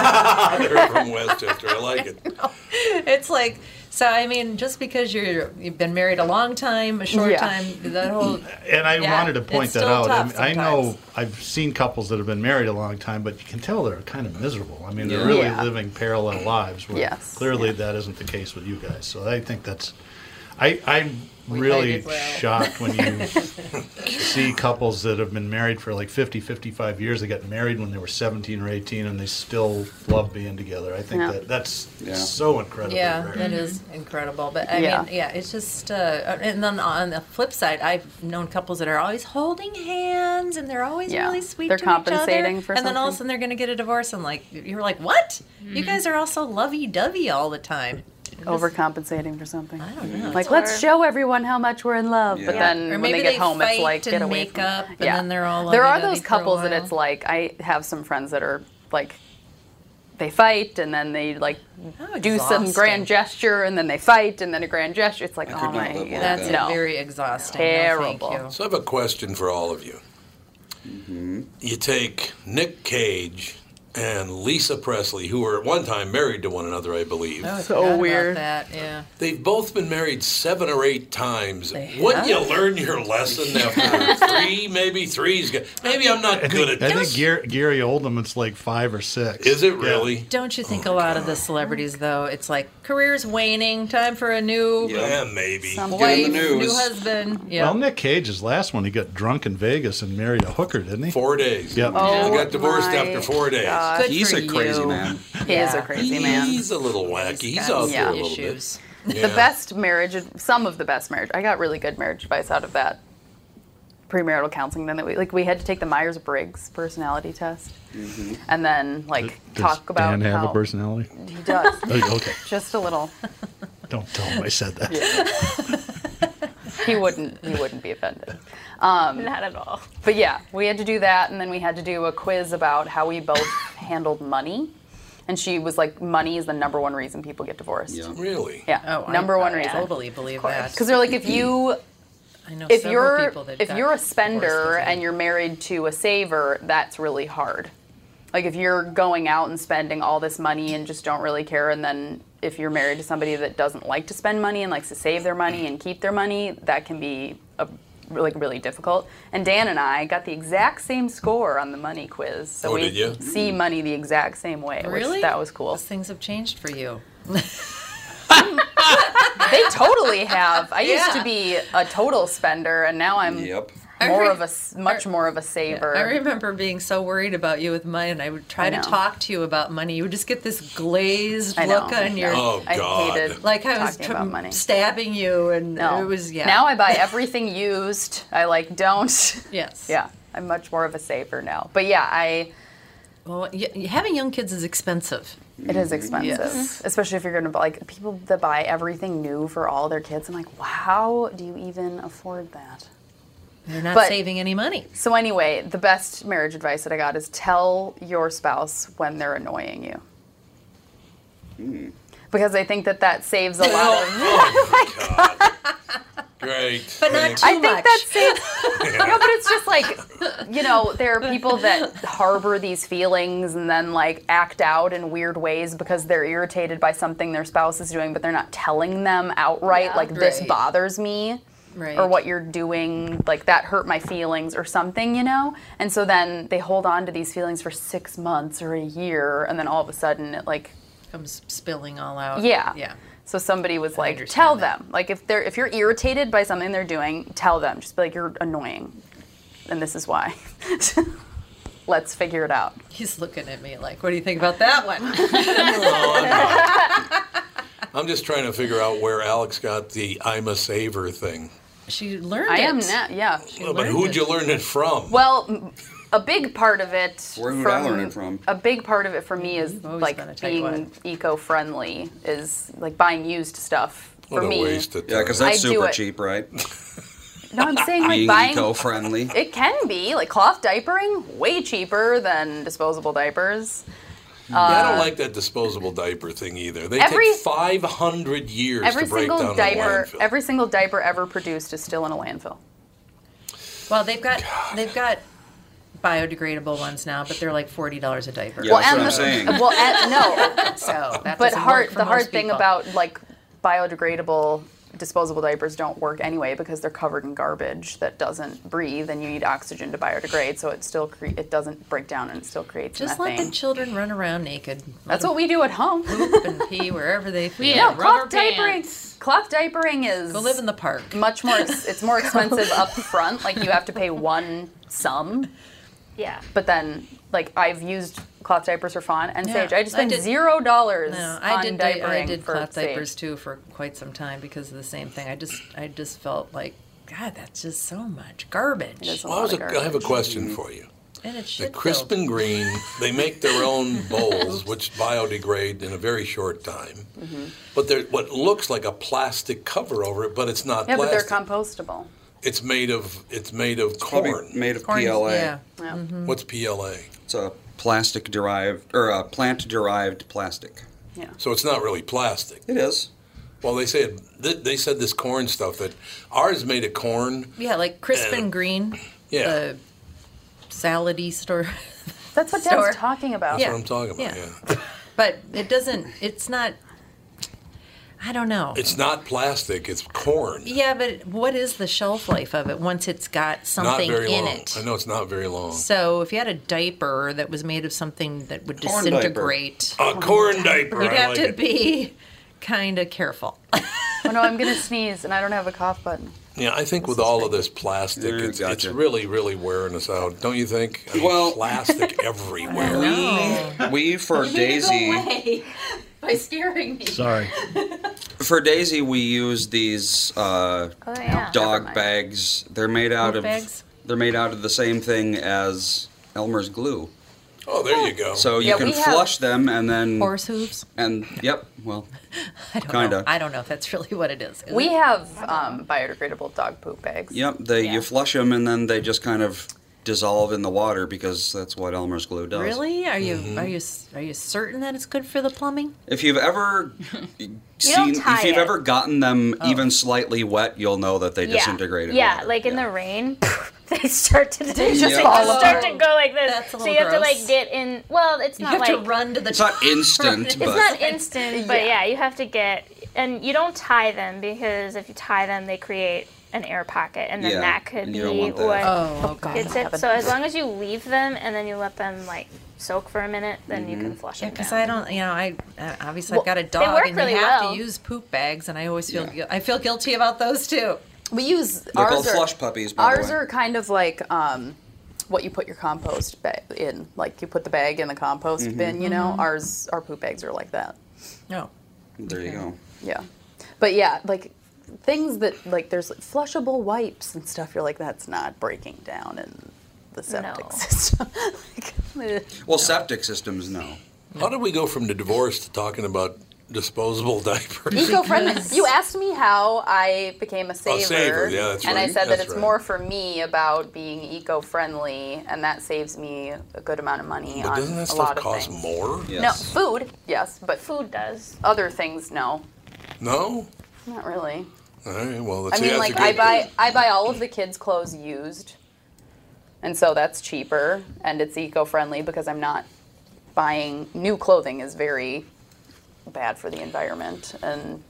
S7: They're from Westchester. I like it.
S5: [LAUGHS] it's like so i mean just because you're you've been married a long time a short
S8: Yeah.
S5: time that whole
S8: [CLEARS THROAT] and I
S5: Yeah,
S8: wanted to point
S5: it's
S8: that
S5: still
S8: out. I,
S5: tough
S8: mean, I know I've seen couples that have been married a long time, but you can tell they're kind of miserable. I mean,
S5: Yeah.
S8: they're really
S5: Yeah.
S8: living parallel lives. Where
S5: Yes.
S8: Clearly, that isn't the case with you guys. So I think that's. I, I'm
S5: We
S8: really
S5: played it well.
S8: shocked when
S5: [LAUGHS]
S8: you see couples that have been married for like 50, 55 years. They got married when they were 17 or 18 and they still love being together. I think
S5: Yeah.
S8: that that's
S5: Yeah.
S8: so incredible.
S5: yeah that is incredible but i
S8: Yeah.
S5: mean yeah it's just uh, and then on the flip side i've known couples that are always holding hands and they're always
S3: Yeah.
S5: really sweet
S3: They're
S5: to each
S3: compensating
S5: other
S3: for
S5: and then all of
S3: something.
S5: a sudden they're going to get a divorce and like you're like what you guys are all so lovey-dovey all the time
S3: Overcompensating for something. I
S5: don't know.
S3: Like, let's show everyone how much we're in love. But
S5: Yeah.
S3: then
S5: Or
S3: when
S5: maybe
S3: they get
S5: they
S3: home, it's
S5: fight
S3: like,
S5: and
S3: get away
S5: make
S3: from
S5: up, and then they're all
S3: There are
S5: lovey-dovey
S3: those
S5: for a
S3: couples that
S5: while.
S3: it's like, I have some friends that are like, they fight and then they like do some
S5: exhausting.
S3: grand gesture and then they fight and then a grand gesture. It's like, oh my,
S5: live like That's that.
S3: no.
S5: very exhausting
S3: Terrible.
S7: So I have a question for all of you.
S8: Mm-hmm.
S7: You take Nick Cage and Lisa Presley, who were at one time married to one another, I believe.
S5: Oh, I
S3: So
S5: forgot about
S3: weird.
S5: that
S8: [LAUGHS]
S5: yeah
S7: They've both been married seven or eight times.
S5: They
S7: Wouldn't you
S5: have.
S7: learn your lesson
S5: [LAUGHS]
S7: after three? Maybe three's good. Maybe I'm not good at
S8: I
S7: this.
S8: think Gary, Gary Oldham, it's like five or six.
S7: Is it
S8: Yeah.
S7: really?
S5: Don't you
S3: Oh
S5: think a lot of the celebrities, though, it's like career's waning, time for a new
S7: Yeah, maybe.
S5: wife, new husband. Yeah.
S8: Well, Nick Cage's last one, he got drunk in Vegas and married a hooker, didn't he?
S7: Four days.
S8: Yep.
S7: Oh, He got divorced my after four days. God. Good
S12: He's
S7: for
S12: a crazy
S7: you.
S12: man.
S3: He is a crazy man.
S7: He's a little wacky. He's,
S3: got
S7: out there a
S3: some
S7: little
S5: issues.
S7: bit.
S3: The best marriage, some of the best marriage. I got really good marriage advice out of that premarital counseling then that we like we had to take the Myers Briggs personality test
S13: Mhm.
S3: and then like
S8: Does
S3: talk about
S8: Dan have
S3: how
S8: a personality?
S3: he does.
S8: Oh, okay.
S3: Just a little.
S8: Don't tell him I said that.
S3: [LAUGHS] he wouldn't he wouldn't be offended um,
S7: Not at all.
S3: but yeah we had to do that and then we had to do a quiz about how we both [LAUGHS] handled money and she was like money is the number one reason people get divorced
S1: Really?
S3: yeah
S5: Oh, I-
S3: number one
S5: I
S3: reason
S5: totally believe that.
S3: because they're like if you
S5: [CLEARS THROAT] I know
S3: if
S5: several
S3: you're
S5: people that
S3: if
S5: got
S3: you're a
S5: divorced
S3: spender and you're married to a saver that's really hard like if you're going out and spending all this money and just don't really care and then if you're married to somebody that doesn't like to spend money and likes to save their money and keep their money that can be a, like really difficult and dan and i got the exact same score on the money quiz so
S1: Oh,
S3: we
S1: did you?
S3: see money the exact same way which
S5: Really?
S3: that was cool
S5: things have changed for you.
S3: they
S5: [LAUGHS]
S3: totally have i used
S5: Yeah.
S3: to be a total spender and now i'm
S6: Yep.
S3: more of a s- much more of a saver
S5: I remember being so worried about you with money, and I would try
S3: I
S5: to
S3: know.
S5: talk to you about money. You would just get this glazed
S3: I know.
S5: look on your.
S3: Oh, I God. hated
S5: like I was
S3: talking
S5: tr-
S3: about money.
S5: stabbing you, and
S3: No.
S5: it was yeah.
S3: Now I buy everything used. I like don't.
S5: [LAUGHS] Yes.
S3: Yeah. I'm much more of a saver now. But yeah, I.
S5: Well, y- having young kids is expensive.
S3: It is expensive,
S5: Yes.
S3: especially if you're going to like people that buy everything new for all their kids. I'm like, wow, how do you even afford that?
S5: You're not
S3: But-
S5: saving any money.
S3: So anyway, the best marriage advice that I got is tell your spouse when they're annoying you.
S5: Hmm.
S3: Because I think that that saves a lot of.
S1: Great.
S3: But not too I think much. that [LAUGHS]
S1: saves.
S3: no, but it's just like, you know, there are people that harbor these feelings and then like act out in weird ways because they're irritated by something their spouse is doing, but they're not telling them outright,
S5: Yeah.
S3: like, this
S5: Right.
S3: bothers me.
S5: Right.
S3: Or what you're doing, like that hurt my feelings, or something, you know? And so then they hold on to these feelings for six months or a year, and then all of a sudden it like
S5: comes spilling all out.
S3: Yeah.
S5: Yeah.
S3: So somebody was like, tell them. Like if they're if you're irritated by something they're doing, tell them. Just be like, you're annoying, and this is why. [LAUGHS] Let's figure it out.
S5: He's looking at me like, what do you think about that one?
S1: I'm just trying to figure out where Alex got the I'm a saver thing.
S5: she learned
S3: I
S5: it.
S3: am now. Yeah.
S1: but who'd you learn it from?
S3: Well, m- a big part of it.
S1: Where would
S3: from,
S1: I learn it from?
S3: A big part of it for me is like being eco-friendly is like buying used stuff. For
S6: What a
S3: me,
S6: waste of time. Yeah, because
S3: I
S6: that's
S3: do
S6: super
S3: it-
S6: cheap, right?
S3: No, I'm saying like
S6: Being
S3: buying
S6: eco-friendly.
S3: [LAUGHS] It can be like cloth diapering, way cheaper than disposable diapers.
S1: yeah, I
S3: Uh,
S1: don't like that disposable diaper thing either. They
S3: every-
S1: take 500 years
S3: Every
S1: to break
S3: single
S1: down
S3: diaper,
S1: in a landfill.
S3: every single diaper ever produced is still in a landfill.
S5: Well, they've got they've got biodegradable ones now, but they're like forty dollars a diaper.
S6: Yeah, Well, that's what and I'm the- saying.
S3: Well,
S5: [LAUGHS]
S3: and,
S6: [LAUGHS]
S3: no.
S5: so that
S3: but
S5: doesn't
S3: hard,
S5: work for
S3: the hard
S5: most
S3: thing
S5: people.
S3: about like biodegradable disposable diapers don't work anyway because they're covered in garbage that doesn't breathe, and you need oxygen to biodegrade, so it still cre- it doesn't break down and it still creates
S5: just
S3: methane.
S5: let the children run around naked.
S3: That's what we do at
S5: [LAUGHS]
S3: home.
S5: Poop and pee wherever
S3: [LAUGHS]
S5: they feel.
S3: no, cloth diapering. Cloth diapering is
S5: Go live in the park.
S3: much
S5: [LAUGHS]
S3: more. ex- It's more expensive up front. Like you have to pay one sum. [LAUGHS]
S7: Yeah.
S3: But then, like I've used cloth diapers for fun and
S5: Yeah,
S3: Sage. I just
S5: I
S3: spent
S5: did-
S3: zero dollars
S5: No, I
S3: on
S5: did di-
S3: diapering
S5: I did
S3: for
S5: cloth
S3: Sage.
S5: diapers too for quite some time because of the same thing. I just I just felt like God, that's just so much garbage.
S1: Well, I, was a, I have a question for you.
S5: And it's
S1: The
S5: shit
S1: crisp and green, they make their
S3: [LAUGHS]
S1: own bowls, which biodegrade in a very short time.
S3: Mm-hmm.
S1: But they're what looks like a plastic cover over it, but it's not
S3: Yeah, but they're
S1: plastic.
S3: compostable.
S1: it's made of it's made of
S6: probably
S1: corn. Mm-hmm.
S6: made of Corn, PLA. yeah.
S3: Yeah.
S5: Mm-hmm.
S1: What's PLA?
S6: It's a plastic derived or a plant derived plastic.
S3: Yeah.
S1: So it's not really plastic.
S6: It is.
S1: Well, they said th- they said this corn stuff that ours made of corn.
S5: Yeah, like crisp
S1: Uh,
S5: and green.
S1: yeah.
S5: The salady store.
S3: That's what Dan's talking about.
S1: That's what I'm talking about. Yeah.
S5: But it doesn't. It's not. I don't know.
S1: It's not plastic. It's corn.
S5: Yeah, but what is the shelf life of it once it's got something
S1: not very
S5: in
S1: long.
S5: it?
S1: I know it's not very long.
S5: So if you had a diaper that was made of something that would
S1: Corn diaper.
S5: disintegrate,
S1: A corn diaper.
S5: you'd
S1: I
S5: have
S1: like
S5: to
S1: it.
S5: be kind of careful.
S3: [LAUGHS] Oh no, I'm gonna sneeze and I don't have a cough button.
S1: Yeah, I think with all of this plastic, it's, it's really, really wearing us out, don't you think? I mean, plastic
S6: [LAUGHS]
S1: everywhere.
S6: We for Daisy.
S7: away [LAUGHS] by scaring me.
S6: For Daisy, we use these uh,
S7: Oh, yeah.
S6: dog bags. They're made out
S7: Poop
S6: of
S7: bags?
S6: They're made out of the same thing as Elmer's glue.
S1: Oh, there you go.
S6: So you
S5: Yeah,
S6: can
S5: we have-
S6: flush them and then
S5: Horse hooves?
S6: And yep, well,
S5: I don't know.
S6: kinda.
S5: I don't know if that's really what it is. Is
S3: We
S5: it?
S3: have um, biodegradable dog poop bags.
S6: Yep, they you flush them and then they just kind of dissolve in the water because that's what Elmer's glue does.
S5: Really? Are you
S1: Mm-hmm.
S6: Mhm.
S5: are you s- are you certain that it's good for the plumbing?
S6: If you've ever
S13: don't
S6: seen,
S13: tie
S6: if you've
S13: it.
S6: ever gotten them even slightly wet, you'll know that they
S13: yeah.
S6: disintegrated.
S13: Yeah, like in the rain, [LAUGHS] they start to [LAUGHS]
S6: They
S13: they
S6: just
S13: just
S6: fall
S13: start to
S6: over.
S13: go like this.
S5: That's a
S13: so you
S5: little
S13: have to
S5: gross.
S13: like get in. Well, it's
S5: You
S13: not
S5: have
S13: like
S5: to run to the.
S6: It's not instant,
S13: it's
S6: but
S13: not instant, but yeah, you have to get and you don't tie them because if you tie them, they create an air pocket, and then
S6: Yeah,
S13: that could
S6: and
S13: be
S6: you don't want that.
S13: what
S6: Oh, oh, God.
S13: gets it. So as long as you leave them and then you let them like soak for a minute, then
S6: Mm-hmm.
S13: you
S3: Mm-hmm.
S13: can flush them.
S5: Because I don't, you know, I uh, obviously
S13: Well,
S5: I've got a
S13: they
S5: dog,
S13: work
S5: and
S13: really
S5: you have
S13: well.
S5: to use poop bags, and I always feel guil- I feel guilty about those too.
S3: We use
S6: they're
S3: ours
S6: called
S3: are-
S6: flush puppies. By
S3: Ours
S6: the way.
S3: are kind of like um, what you put your compost bag in. Like you put the bag in the compost
S1: Mm-hmm.
S6: Mhm.
S3: bin, you know?
S6: Mhm.
S3: Ours, our poop bags are like that.
S5: No.
S6: There you go.
S3: Yeah. But yeah, like things that, like there's like, flushable wipes and stuff. You're like, that's not breaking down in the septic system. [LAUGHS] like,
S6: Well, septic systems, no.
S1: How did we go from the divorce to talking about disposable [LAUGHS] diapers?
S3: Eco-friendly. You asked me how I became a saver,
S1: saver, yeah, that's
S3: and I
S1: right,
S3: said that
S1: that's
S3: it's
S1: right.
S3: more for me about being eco-friendly, and that saves me a good amount of money
S1: But
S3: on
S1: doesn't that
S3: a
S1: stuff
S3: lot of
S1: cost
S3: things.
S1: more?
S3: No, food, yes, but food
S13: does.
S3: Other things, no,
S1: No?
S3: not really.
S1: All right, well, let's
S3: I mean,
S1: see.
S3: like I buy I buy all of the kids' clothes used, and so that's cheaper and it's eco-friendly because I'm not buying new clothing is very bad for the environment and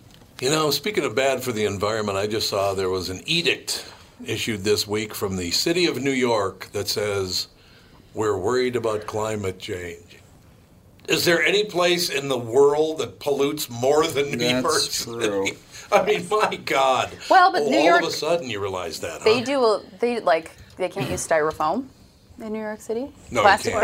S1: You know, speaking of bad for the environment, I just saw there was an edict issued this week from the city of New York that says we're worried about climate change. Is there any place in the world that pollutes more than New
S6: That's
S1: York? City? [LAUGHS] I mean, my God.
S3: Well, but
S1: Oh,
S3: New
S1: all
S3: York-
S1: of a sudden you realize that,
S3: They
S1: huh?
S3: do. A, they like they can't use styrofoam in New York City.
S1: No, you
S3: plastic,
S1: can't.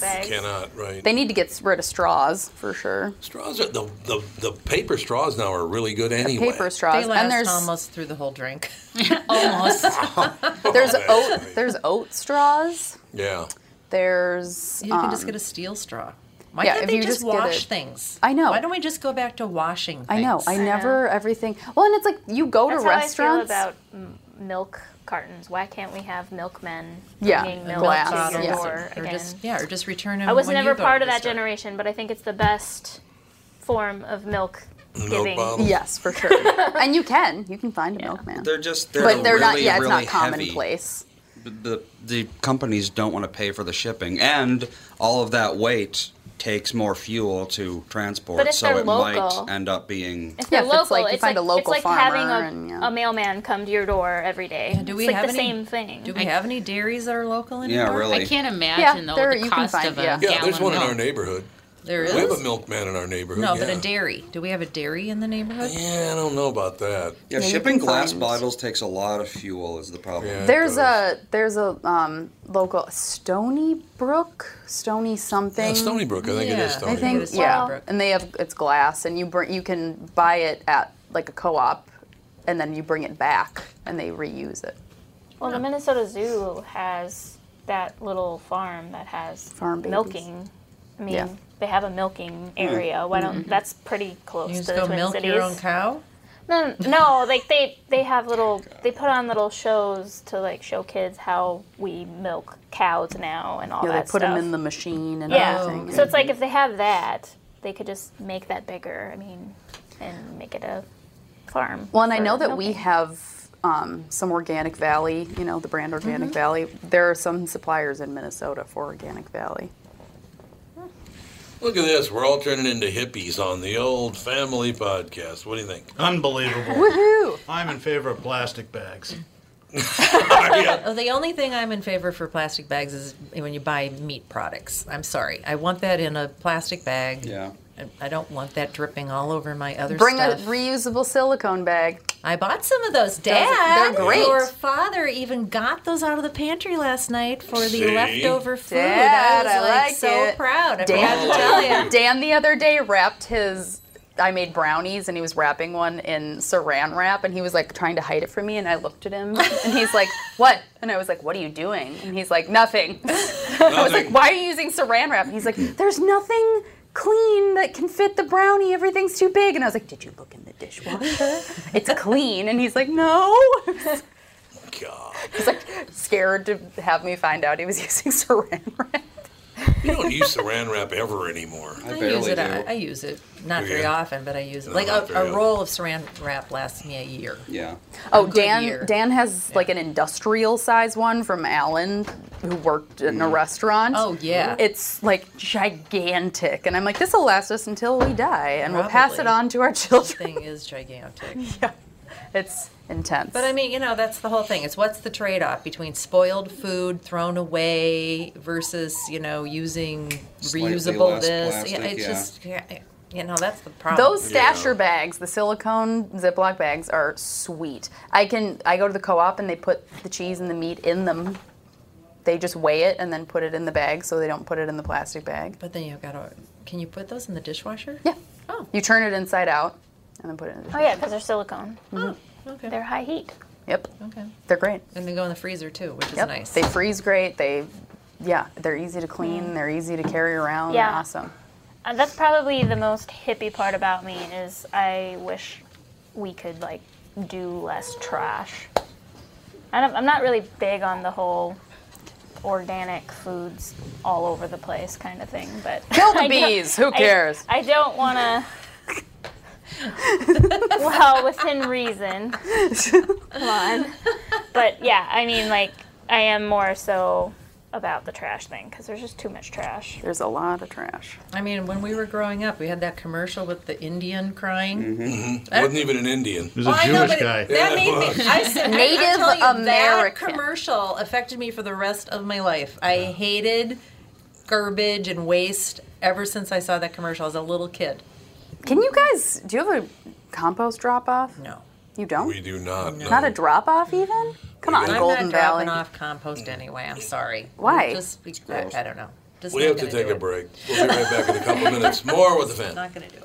S3: Bags.
S1: Cannot, right?
S3: They need to get rid of straws for sure.
S1: straws. Are, the, the the paper straws now are really good anyway.
S3: Paper straws.
S5: They last
S3: and there's Oh.
S5: almost through the
S3: [LAUGHS]
S5: whole drink.
S1: [LAUGHS]
S3: almost.
S1: Oh,
S3: there's oat. There's oat straws.
S1: Yeah.
S3: There's.
S5: You can just
S3: um,
S5: get a steel straw. Why
S3: yeah,
S5: can't
S3: if
S5: they
S3: you
S5: just,
S3: just get
S5: wash
S3: it-
S5: things?
S3: I know.
S5: Why don't we just go back to washing? Things?
S3: I know. I never everything. Well, and it's like you go
S13: That's
S3: to
S13: how
S3: restaurants.
S13: I feel about m- milk cartons. Why can't we have milkmen
S3: Yeah,
S13: bringing milk
S3: glass,
S13: to your
S3: yeah.
S13: door
S5: Or
S13: again?
S5: just yeah, or just return them.
S13: I was
S5: when
S13: never
S5: you go
S13: part
S5: to
S13: of
S5: the
S13: that
S5: store.
S13: generation, but I think it's the best form of milk
S6: Milk
S13: giving. [LAUGHS]
S6: bottles.
S3: Yes, for sure. and you can. You can find a milkman.
S6: They're just they're
S3: but they're
S6: really,
S3: not. Yeah, it's
S6: really
S3: not
S6: heavy.
S3: commonplace.
S6: The the companies don't want to pay for the shipping, and all of that weight takes more fuel to transport.
S13: But if
S6: so
S13: they're
S6: it
S13: local-
S6: might end up being.
S13: If they're
S3: Yeah, if
S13: local,
S3: it's like you find a local
S13: it's like having
S3: farmer
S13: a,
S3: and,
S13: a mailman come to your door every day.
S5: do
S13: It's
S5: we
S13: like
S5: have
S13: the
S5: any-
S13: same thing.
S5: Do we have any dairies that are local
S1: Yeah,
S5: anymore?
S1: really. I can't
S13: imagine,
S5: yeah,
S13: though,
S5: there-
S13: the
S5: you can
S13: cost
S5: find-
S13: of a
S5: yeah.
S1: Yeah, there's
S5: gallon
S1: one in
S5: milk.
S1: our neighborhood.
S5: There
S1: We have
S5: is?
S1: a milkman in our neighborhood.
S5: No,
S1: yeah.
S5: but a dairy. Do we have a dairy in the neighborhood?
S1: Yeah, I don't know about that.
S3: Yeah,
S6: Yeah,
S3: you
S6: shipping
S3: can
S6: glass
S3: find-
S6: bottles takes a lot of fuel. Is the problem?
S3: There's a there's a um, local Stony Brook, Stony something.
S6: Yeah, Stony Brook, I think it is Yeah, Stony
S3: I think
S6: Brook. Stony
S3: yeah,
S6: Brook.
S3: and they have it's glass, and you bring you can buy it at like a co-op, and then you bring it back, and they reuse it.
S13: Well, the Minnesota Zoo has that little farm that has
S3: Farm babies.
S13: milking. I mean,
S3: Yeah.
S13: they have a milking area. Why don't?
S3: Mhm.
S13: That's pretty close
S5: Hmm. Mm-hmm. You just
S13: to the
S5: go
S13: Twin
S5: milk
S13: Cities.
S5: your own cow. [LAUGHS]
S13: No, no, like they they have little they put on little shows to like show kids how we milk cows now and all
S3: yeah,
S13: that
S3: they put
S13: stuff. Oh,
S3: them in the machine and
S13: yeah,
S3: everything.
S13: so it's like if they have that, they could just make that bigger. I mean, and make it a farm.
S3: Well, and I
S13: for
S3: know that we
S13: milking.
S3: have um, some Organic Valley, you know, the brand Organic
S5: Mm-hmm.
S13: Mhm.
S3: Valley. There are some suppliers in Minnesota for Organic Valley.
S1: Look at this. We're all turning into hippies on the old family podcast. What do you think?
S8: [LAUGHS] Unbelievable.
S3: Woohoo!
S8: I'm in favor of plastic bags.
S1: [LAUGHS]
S5: Oh, the only thing I'm in favor for plastic bags is when you buy meat products. I'm sorry, I want that in a plastic bag.
S6: Yeah.
S5: And I don't want that dripping all over my other
S3: Bring
S5: stuff.
S3: a reusable silicone bag.
S5: I bought some of those,
S3: They're
S5: Dad.
S3: great.
S5: Your father even got those out of the pantry last night for the
S3: See?
S5: leftover food.
S3: Dad,
S5: I was
S3: I
S5: like,
S3: like
S5: so
S3: it.
S5: proud.
S3: [LAUGHS]
S5: I forgot
S3: Dan,
S5: to tell you.
S3: Dan the other day wrapped his I made brownies and he was wrapping one in saran wrap and he was like trying to hide it from me and I looked at him and he's like, [LAUGHS] "What?" And I was like, "What are you doing?" And he's like, "Nothing." [LAUGHS] I was like, "Why are you using saran wrap?" And
S5: [LAUGHS]
S3: he's like, "There's nothing clean that can fit the brownie. Everything's too big." And I was like, "Did you look in the
S5: [LAUGHS]
S3: dishwasher? It's clean." And he's like, "No."
S1: God.
S3: He's like scared to have me find out he was [LAUGHS] using saran wrap.
S1: You don't use saran wrap ever anymore. Oh,
S5: I, use it. I, I use it not
S1: Yeah.
S5: very often, but I use it.
S1: No,
S5: Like
S1: not
S5: a,
S1: very
S5: a
S1: often.
S5: roll of Saran wrap lasts me a year.
S6: Yeah.
S3: Oh,
S5: good
S3: Dan.
S5: year.
S3: Dan has like an industrial size one from Alan, who worked in a
S5: Mm.
S3: restaurant.
S5: Oh, yeah.
S3: It's like gigantic, and I'm like, this will last us until we die, and we'll pass it
S5: Probably.
S3: on to our children. [LAUGHS]
S5: Thing is gigantic.
S3: yeah, it's intense.
S5: But I mean, you know, that's the whole thing. It's what's the trade-off between spoiled food thrown away versus you know using
S3: Slightly
S5: reusable
S3: less
S5: this.
S3: plastic,
S5: yeah, it's
S3: yeah.
S5: just yeah, you know that's the problem.
S3: Those stasher bags, the silicone Ziploc bags, are sweet. I can I go to the co-op and they put the cheese and the meat in them. They just weigh it and then put it in the bag, so they don't put it in the plastic bag.
S5: But then you've got to. Can you put those in the dishwasher?
S3: Yeah. Oh. You turn it inside out and then put it in. The Mm-hmm.
S13: Oh yeah, because they're silicone.
S5: okay.
S13: They're high heat.
S3: Yep.
S5: Okay.
S3: They're great.
S5: Oh. And they go in the freezer too, which is
S3: Yep.
S5: nice.
S3: They freeze great. They, yeah, they're easy to clean. They're easy to carry around. They're
S13: Yeah.
S3: Awesome.
S13: Uh, that's probably the most hippie part about me is I wish we could like do less trash. I don't, I'm not really big on the whole organic foods all over the place kind of thing, but [LAUGHS]
S3: Kill the
S13: I don't-
S3: bees, who
S13: I-
S3: cares?
S13: I, don't want
S3: [LAUGHS]
S13: to. well, within reason. Come on, but yeah, I mean, like I am more so about the trash thing because there's just too much trash.
S3: There's a lot of trash.
S5: I mean, when we were growing up, we had that commercial with the Indian crying.
S3: Mm.
S1: Mm-hmm. Wasn't even an Indian. He
S8: was
S5: Well, Oh, I know, but it- That
S1: Yeah,
S5: made me.
S1: was.
S5: I said, Native I,
S3: Native
S5: tell you, That
S3: American.
S5: commercial affected me for the rest of my life. I hated garbage and waste ever since I saw that commercial as a little kid.
S3: Can you guys? Do you have a compost drop off?
S5: No.
S3: You don't.
S1: We do not. No.
S3: Not a drop off even. Come on,
S5: I'm
S3: Golden
S5: not
S3: Valley.
S5: dropping off compost anyway. I'm sorry.
S3: Why?
S5: Just, I, I don't know. Just
S1: we
S5: not
S1: have to
S5: gonna
S1: take
S5: do
S1: a break. We'll be right back in a
S3: [LAUGHS]
S1: couple of minutes. More with the fan.
S5: it. Not gonna do it.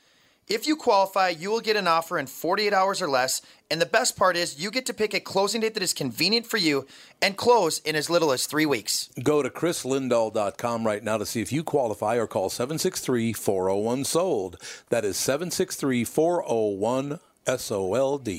S14: If you qualify, you will get an offer in 48 hours or less. And the best part is, you get to pick a closing date that is convenient for you and close in as little as three weeks.
S15: Go to chrislindahl.com right now to see if you qualify or call 763 401 SOLD. That is 763 401 SOLD.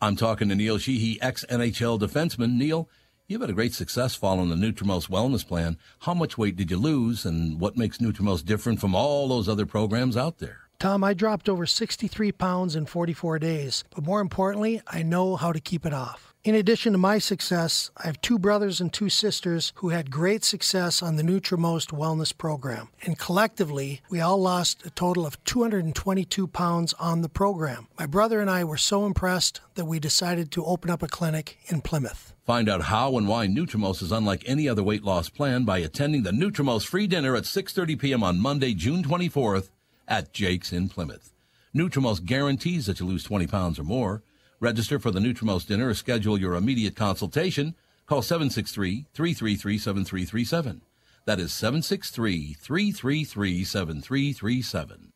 S16: I'm talking to Neil Sheehy, ex NHL defenseman. Neil, you've had a great success following the Nutrimost wellness plan. How much weight did you lose, and what makes Nutrimost different from all those other programs out there?
S9: Tom, I dropped over 63 pounds in 44 days, but more importantly, I know how to keep it off. In addition to my success, I have two brothers and two sisters who had great success on the Nutrimost wellness program. And collectively, we all lost a total of 222 pounds on the program. My brother and I were so impressed that we decided to open up a clinic in Plymouth.
S16: Find out how and why Nutrimost is unlike any other weight loss plan by attending the Nutrimost free dinner at 6:30 p.m. on Monday, June 24th at Jake's in Plymouth. Nutrimost guarantees that you lose 20 pounds or more. Register for the Nutrimost dinner or schedule your immediate consultation. Call 763-333-7337. That is 763-333-7337.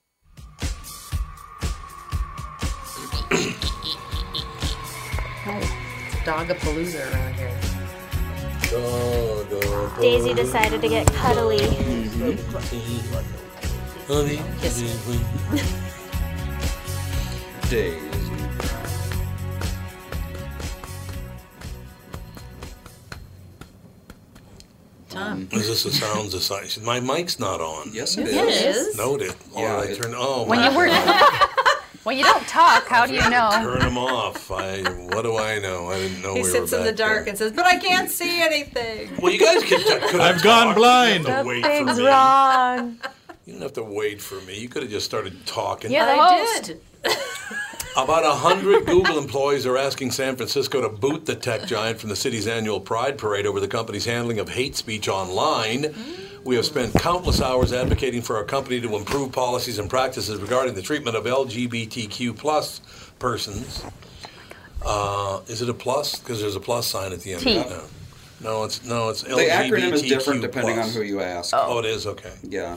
S5: Dogapalooza around here.
S13: Daisy decided to get cuddly.
S1: Honey,
S6: Days.
S5: Tom,
S1: Um, Is this a sound society? My mic's not on.
S6: Yes,
S1: it
S6: it
S1: is.
S6: Yes, it is. is.
S1: Noted. Yeah, I turn. Oh,
S17: When you
S1: my
S17: were
S1: God.
S17: when you don't talk, how do you know?
S1: [LAUGHS] Turn them off. I. What do I know? I didn't know
S5: he
S1: we
S5: sits
S1: were
S5: in
S1: back
S5: the dark and says, "But I can't see anything."
S1: Well, you guys can. Could
S8: I've gone blind.
S1: Wait for me.
S5: wrong.
S1: You didn't have to wait for me. You could have just started talking.
S17: You're the host.
S1: About 100 Google employees are asking San Francisco to boot the tech giant from the city's annual Pride Parade over the company's handling of hate speech online. We have spent countless hours advocating for our company to improve policies and practices regarding the treatment of LGBTQ plus persons. Uh, is it a plus? Because there's a plus sign at the end.
S6: T.
S1: of it. No. No, it's no, it's
S6: The acronym is different
S1: LGBTQ+.
S6: depending on who you ask.
S1: Oh, it is okay.
S6: Yeah.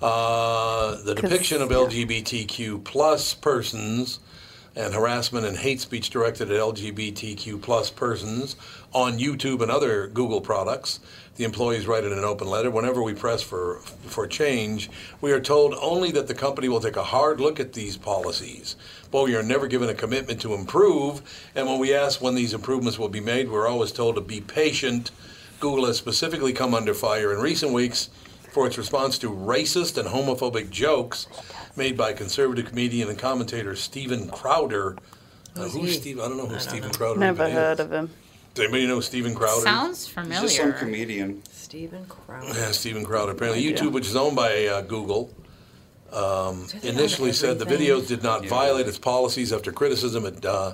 S1: Uh, the
S6: 'Cause-
S1: depiction of LGBTQ plus persons and harassment and hate speech directed at LGBTQ plus persons on YouTube and other Google products. The employees write in an open letter. Whenever we press for for change, we are told only that the company will take a hard look at these policies. But we are never given a commitment to improve. And when we ask when these improvements will be made, we're always told to be patient. Google has specifically come under fire in recent weeks for its response to racist and homophobic jokes made by conservative comedian and commentator Stephen Crowder. Now,
S3: Who's
S1: who's
S3: he?
S1: Stephen? I don't know who Stephen
S3: [LAUGHS]
S1: Crowder
S3: Never
S1: is.
S3: heard of him.
S1: Does anybody know Stephen Crowder?
S7: Sounds familiar.
S6: He's just some comedian.
S5: Stephen Crowder.
S1: Yeah, Stephen Crowder. Apparently,
S6: Yeah.
S1: YouTube, which is owned by uh, Google, um,
S6: Do they own
S1: initially said the
S6: everything?
S1: videos did not violate its policies after criticism. It uh,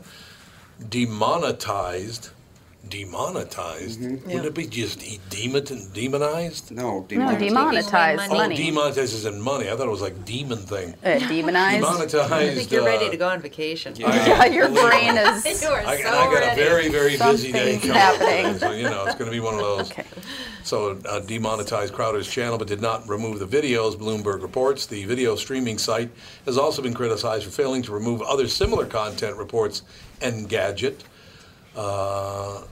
S1: demonetized. Demonetized? Wouldn't
S3: Yeah.
S1: it be just e- demon- demonized?
S6: No,
S3: No, demonetized money.
S1: Oh, demonetized is in money. I thought it was like demon thing.
S3: Uh, demonized?
S1: Demonetized.
S5: I think you're ready
S1: uh,
S5: to go on vacation.
S1: Yeah. Yeah, your brain
S3: is-
S5: [LAUGHS] You are so
S1: I, I got
S5: ready.
S1: a very, very busy day
S3: Something's
S1: coming up today,
S3: happening.
S1: [LAUGHS] so you know it's going to be one of those. So uh, demonetized Crowder's channel, but did not remove the videos. Bloomberg reports the video streaming site has also been criticized for failing to remove other similar content. Reports Engadget. Uh,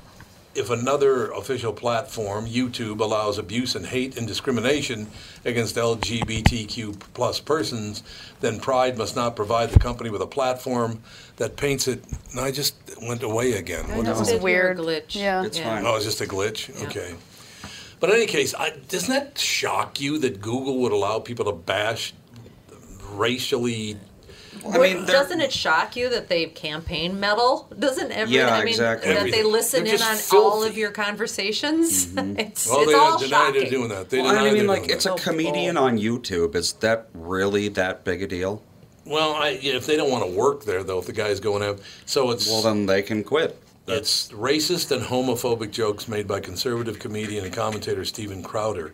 S1: if another official platform, YouTube, allows abuse and hate and discrimination against LGBTQ plus persons, then Pride must not provide the company with a platform that paints it. No, I just went away again. What
S3: That
S1: is
S3: was
S1: it?
S3: weird. Glitch. Yeah.
S1: It's fine. Oh, it's just a glitch? Okay. But in any case, I, doesn't that shock you that Google would allow people to bash racially?
S5: Wait, doesn't it shock you that they campaign metal? Doesn't every?
S1: Yeah,
S5: I mean,
S1: exactly.
S5: That they
S1: Everything.
S5: listen
S1: They're
S5: in on
S1: just Mm-hmm.
S5: all of your conversations. [LAUGHS] it's
S1: Well,
S5: it's
S1: they
S5: all
S1: deny
S5: shocking.
S1: they're doing that. They
S6: Well,
S1: deny
S6: I mean,
S1: they're
S6: like,
S1: doing
S6: it's
S1: that.
S6: a comedian on YouTube. Is that really that big a deal?
S1: Well, I, yeah, if they don't want to work there, though, if the guy's going up, so it's well,
S6: then they can quit.
S1: It's racist and homophobic jokes made by conservative comedian and commentator Stephen Crowder.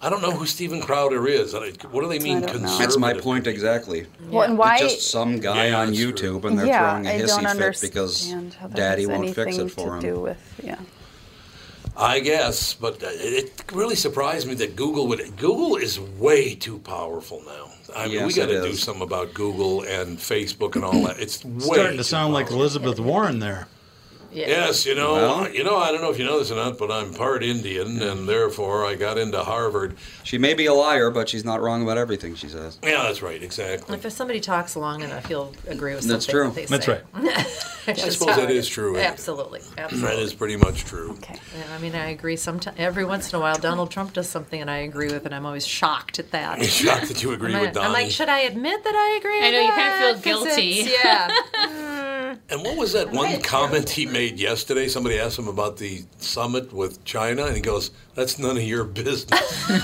S1: I don't know who Stephen Crowder is. I- What do they mean? Conservative?
S6: That's my point exactly.
S3: Well, and why-
S6: It's just some guy
S1: Yeah,
S6: on
S1: that's true.
S6: YouTube and they're
S3: yeah,
S6: throwing a
S3: I
S6: hissy
S3: don't
S6: fit
S3: understand
S6: because
S3: how that
S6: daddy
S3: has
S6: won't fix
S3: anything
S6: it for
S3: to
S6: him.
S3: do with yeah.
S1: I guess, but uh, it it really surprised me that Google would. Google is way too powerful now. I mean, we
S8: Yes,
S1: got
S8: it
S1: to do
S8: is.
S1: something about Google and Facebook and all that. It's way
S8: Starting to sound like Elizabeth Warren there.
S1: Yes, you know,
S8: Well-
S1: you know. I don't know if you know this or not, but I'm part Indian, and therefore I got into Harvard.
S6: She may be a liar, but she's not wrong about everything she says.
S1: Yeah, that's
S5: [LAUGHS]
S1: right, exactly.
S5: If somebody talks long enough, he'll agree with
S6: That's
S5: something.
S6: true.
S5: That they
S6: That's
S5: say. [LAUGHS] It's
S1: I
S5: just
S1: suppose
S5: how
S1: that
S5: it
S1: is true, isn't it?
S5: Absolutely, absolutely.
S1: That is pretty much true.
S5: Yeah, I mean, I agree. Sometimes, every once in a while, Donald Trump does something, and I agree with, it. I'm always shocked at that.
S1: I'm [LAUGHS] [LAUGHS] shocked that you agree
S5: I'm
S1: with
S5: like- I'm
S1: Donnie.
S5: like, should I admit that I agree?
S7: I know, you kinda feel
S5: with that? 'Cause
S7: guilty.
S5: it's- Yeah.
S1: And what was that one comment he made yesterday? Somebody asked him about the summit with China, and he goes, "That's none of your business."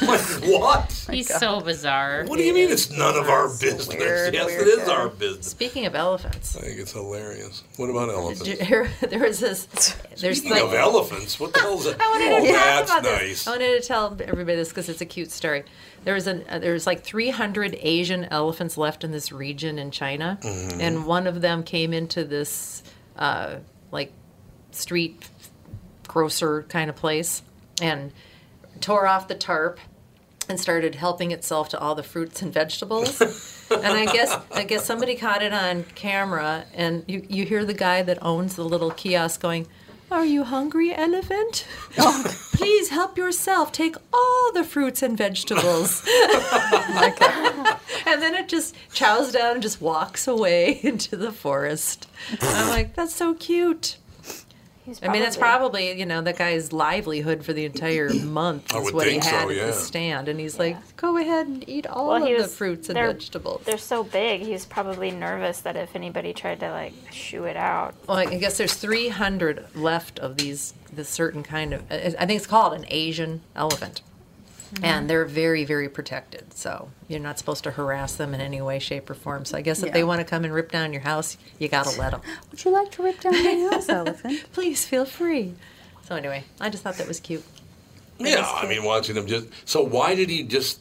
S1: like [LAUGHS] what?
S7: He's
S5: Oh
S7: so bizarre.
S1: What do you mean it's none of our business?
S5: weird,
S1: yes,
S5: weird
S1: it is
S5: guy.
S1: our business.
S5: Speaking of elephants, [LAUGHS]
S1: I think it's hilarious. What about elephants?
S5: did you hear- there was this. There's
S1: Speaking
S5: like,
S1: of elephants, what the
S5: [LAUGHS]
S1: hell is that?
S5: I wanted to
S1: oh,
S5: talk
S1: that's
S5: about
S1: nice.
S5: this. I wanted to tell everybody this because it's a cute story. There was an uh, there was like 300 Asian elephants left in this region in China,
S7: Mhm.
S5: and one of them came into this uh, like street grocer kind of place and tore off the tarp and started helping itself to all the fruits and vegetables. and I guess I guess somebody caught it on camera, and you you hear the guy that owns the little kiosk going. Are you hungry, elephant? Oh, Please help yourself. Take all the fruits and vegetables. [LAUGHS] and then it just chows down and [LAUGHS] just walks away into the forest. I'm like, that's so cute.
S13: He's
S5: I mean, that's probably you know that guy's livelihood for the entire month
S13: I
S5: is
S13: would
S5: what he
S13: think so,
S5: had at
S13: yeah.
S5: the stand, and he's like, "Go ahead and eat all
S13: Well,
S5: of
S13: he
S5: the
S13: was-
S5: fruits and
S13: they're-
S5: vegetables."
S13: They're so big. He was probably nervous that if anybody tried to like shoo it out.
S5: Well, I guess there's 300 left of these this certain kind of. uh, I I think it's called an Asian elephant,
S13: Mhm.
S5: and they're very very protected. So you're not supposed to harass them in any way, shape, or form. So I guess if they
S13: Yeah.
S5: want to come and rip down your house, you gotta let them.
S3: Would you like to rip down my
S5: [LAUGHS]
S3: house, elephant?
S5: Please feel free. So anyway, I just thought that was cute. Oh,
S1: Yeah, I mean, watching him just. So why did he just?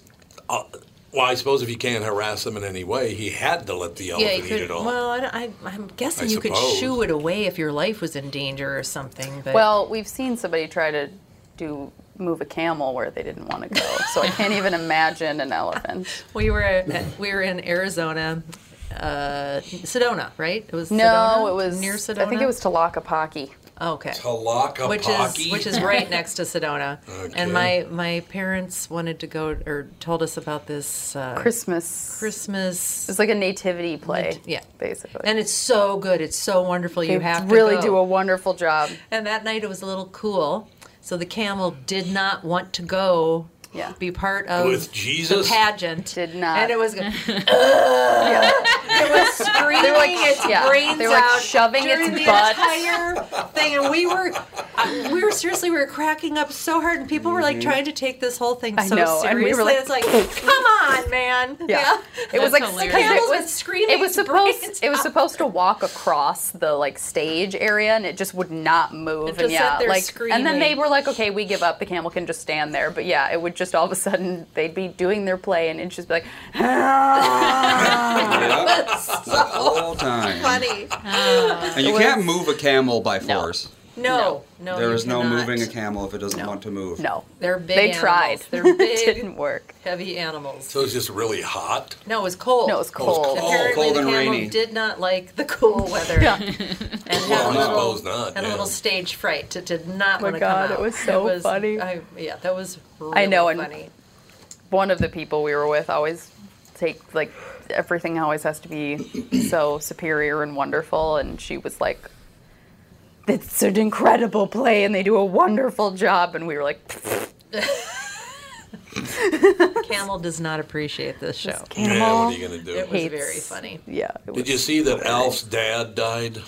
S1: Uh, well, I suppose if you can't harass him in any way, he had to let the
S5: yeah,
S1: elephant
S5: you could.
S1: eat it all.
S5: Well, I, don't- I, I'm guessing
S1: I
S5: you could
S1: suppose.
S5: shoo it away if your life was in danger or something. But
S3: Well, we've seen somebody try to do move a camel where they didn't want to go, so I can't even imagine an elephant.
S5: we were at, we were in Arizona, uh, Sedona, right? It was
S3: No,
S5: Sedona?
S3: it was
S5: near Sedona. Oh,
S3: I think it was Talakapaki.
S5: Okay.
S1: Talakapaki?
S5: which is which is right next to Sedona.
S3: Okay.
S5: And my my parents wanted to go or told us about this uh,
S3: Christmas.
S5: Christmas.
S3: It's like a nativity play.
S5: yeah,
S3: basically.
S5: And it's so good. It's so wonderful. you
S3: They
S5: have to
S3: really
S5: go.
S3: do a wonderful job.
S5: And that night it was a little cool. So the camel did not want to go be part of
S1: With Jesus?
S5: the pageant. Did
S3: not.
S5: And
S3: [LAUGHS]
S5: it was going
S3: Yeah.
S5: it
S3: [LAUGHS]
S5: was screaming
S3: They were like-
S5: its
S3: yeah,
S5: brains
S3: they were like
S5: out,
S3: shoving
S5: during
S3: its
S5: the
S3: butt.
S5: entire thing, and we were, uh, we were seriously, we were cracking up so hard, and people were like
S1: Mm-hmm.
S3: Mhm.
S5: trying to take this whole thing
S3: I
S5: so
S3: know,
S5: seriously.
S3: and we were
S5: it's
S3: like-
S5: like, come on, man.
S3: [LAUGHS] Yeah. It was like
S5: the
S3: because
S5: camel
S3: it was
S5: screaming.
S3: It was
S5: its
S3: supposed
S5: brains
S3: it was
S5: out.
S3: supposed to walk across the like stage area and it just would not move
S5: It
S3: and
S5: just
S3: yeah
S5: sat there
S3: like and then they
S5: screaming.
S3: were like okay we give up the camel can just stand there but yeah it would just all of a sudden they'd be doing their play and it'd just be like
S1: [LAUGHS]
S6: the whole time.
S5: funny.
S6: [LAUGHS] And you can't move a camel by force.
S5: [GASPS] No, no.
S6: there
S5: you
S6: is no
S5: cannot.
S6: moving a camel if it doesn't want to move.
S3: No.
S5: They're big.
S3: They
S5: animals.
S3: tried. [LAUGHS]
S5: They're big.
S3: didn't work.
S5: Heavy animals.
S1: so it's just really hot.
S5: No, it was cold. No, it was
S1: cold. cold.
S5: Apparently,
S1: Cold
S5: the
S1: and
S5: camel
S1: rainy.
S5: did not like the cool weather.
S3: Yeah.
S5: And
S1: Well,
S5: had a
S1: I
S5: little,
S1: suppose not,
S5: Had a
S1: yeah.
S5: little stage fright. It did not
S3: Oh My
S5: want to
S3: God,
S5: come out.
S3: it was so
S5: funny. I, yeah, that was. Really
S3: I know, and
S5: funny.
S3: [LAUGHS] one of the people we were with always take like everything always has to be so superior and wonderful and she was like it's an incredible play and they do a wonderful job and we were like [LAUGHS]
S5: [LAUGHS] camel does not appreciate this show.
S1: camel Yeah, what are you gonna do?
S5: It was
S1: hates-
S5: very funny.
S3: Yeah.
S1: Did you see that Alf's dad died?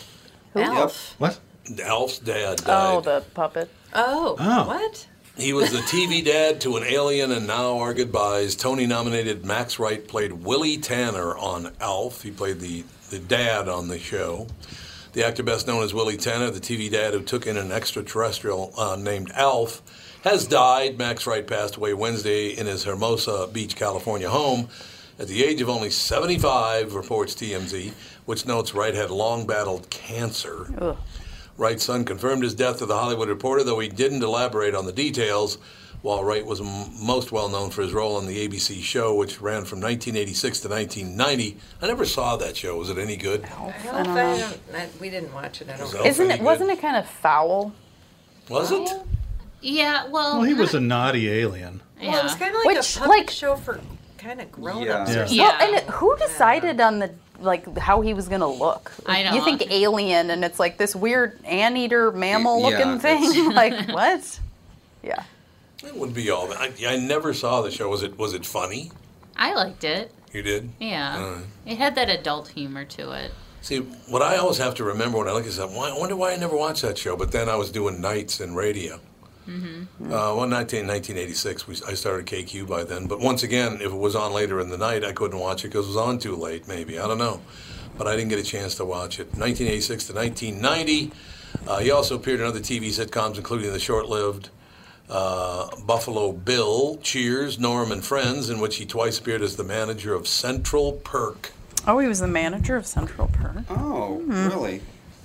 S5: Who? Alf?
S1: What? Alf's dad died.
S3: oh the puppet
S5: Oh,
S1: Oh.
S5: what?
S1: He was the TV dad to an alien, and now our goodbyes. Tony nominated Max Wright played Willie Tanner on Alf. He played the, the dad on the show. The actor, best known as Willie Tanner, the TV dad who took in an extraterrestrial uh, named Alf, has died. Max Wright passed away Wednesday in his Hermosa Beach, California home at the age of only 75, reports TMZ, which notes Wright had long battled cancer. Wright's son confirmed his death to the Hollywood Reporter, though he didn't elaborate on the details. While Wright was m- most well known for his role on the ABC show, which ran from 1986 to 1990, I never saw that show. Was it any good?
S5: Alf,
S3: I don't
S5: I
S3: know.
S5: don't, I, we didn't watch it. I don't.
S1: Was
S5: think.
S1: Alf
S3: isn't
S1: any
S3: it
S1: good?
S3: wasn't it kind of foul
S1: Was it?
S7: Yeah, well,
S8: Well, he
S7: not-
S8: was a naughty alien.
S5: Well, it was kind of like
S3: Which,
S5: a puppet
S3: like-
S5: show for kind of grown-ups.
S8: Yeah.
S5: Or something.
S3: Well, and who decided on the like how he was gonna look?
S5: I know.
S3: You think alien, and it's like this weird anteater mammal
S1: Y- yeah,
S3: looking thing. [LAUGHS]
S1: it's-
S3: like what? Yeah.
S1: It would be all that. I, I never saw the show. Was it Was it funny?
S7: I liked it.
S1: You did?
S7: Yeah,
S1: All right.
S7: it had that adult humor to it.
S1: See, what I always have to remember when I look at something, why- I wonder why I never watched that show. But then I was doing nights in radio.
S7: hmm
S1: Uh, well, 19, 1986, we, I started KQ by then. But once again, if it was on later in the night, I couldn't watch it because it was on too late, maybe. I don't know. But I didn't get a chance to watch it. 1986 to 1990. Uh, he also appeared in other TV sitcoms, including the short lived uh, Buffalo Bill, Cheers, Norm, and Friends, in which he twice appeared as the manager of Central Perk.
S3: Oh, he was the manager of Central Perk.
S6: Oh, really?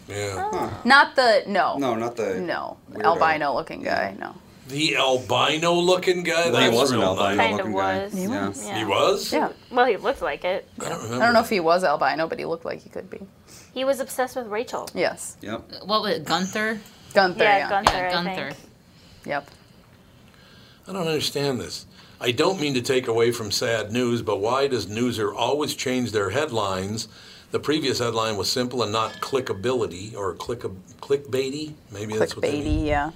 S1: Yeah.
S3: Not the no.
S6: No, not the
S3: No,
S6: weirdo.
S3: albino looking guy. No.
S1: The albino looking guy?
S6: Well, he was an albino
S3: Kinda looking guy. was. He was,
S1: He
S3: yeah.
S1: was?
S3: Yeah.
S13: Well, he looked like it.
S1: I don't
S3: I don't know if he was albino, but he looked like he could be.
S13: He was obsessed with Rachel.
S3: Yes.
S6: Yep.
S7: What was it, Gunther?
S3: Gunther.
S13: Yeah,
S3: Yeah.
S13: Gunther, I think.
S3: Yep.
S1: I don't understand this. I don't mean to take away from sad news, but why does Newser always change their headlines The previous headline was simple and not clickability or click clickbaity. Maybe that's what they mean.
S3: Clickbaity, yeah.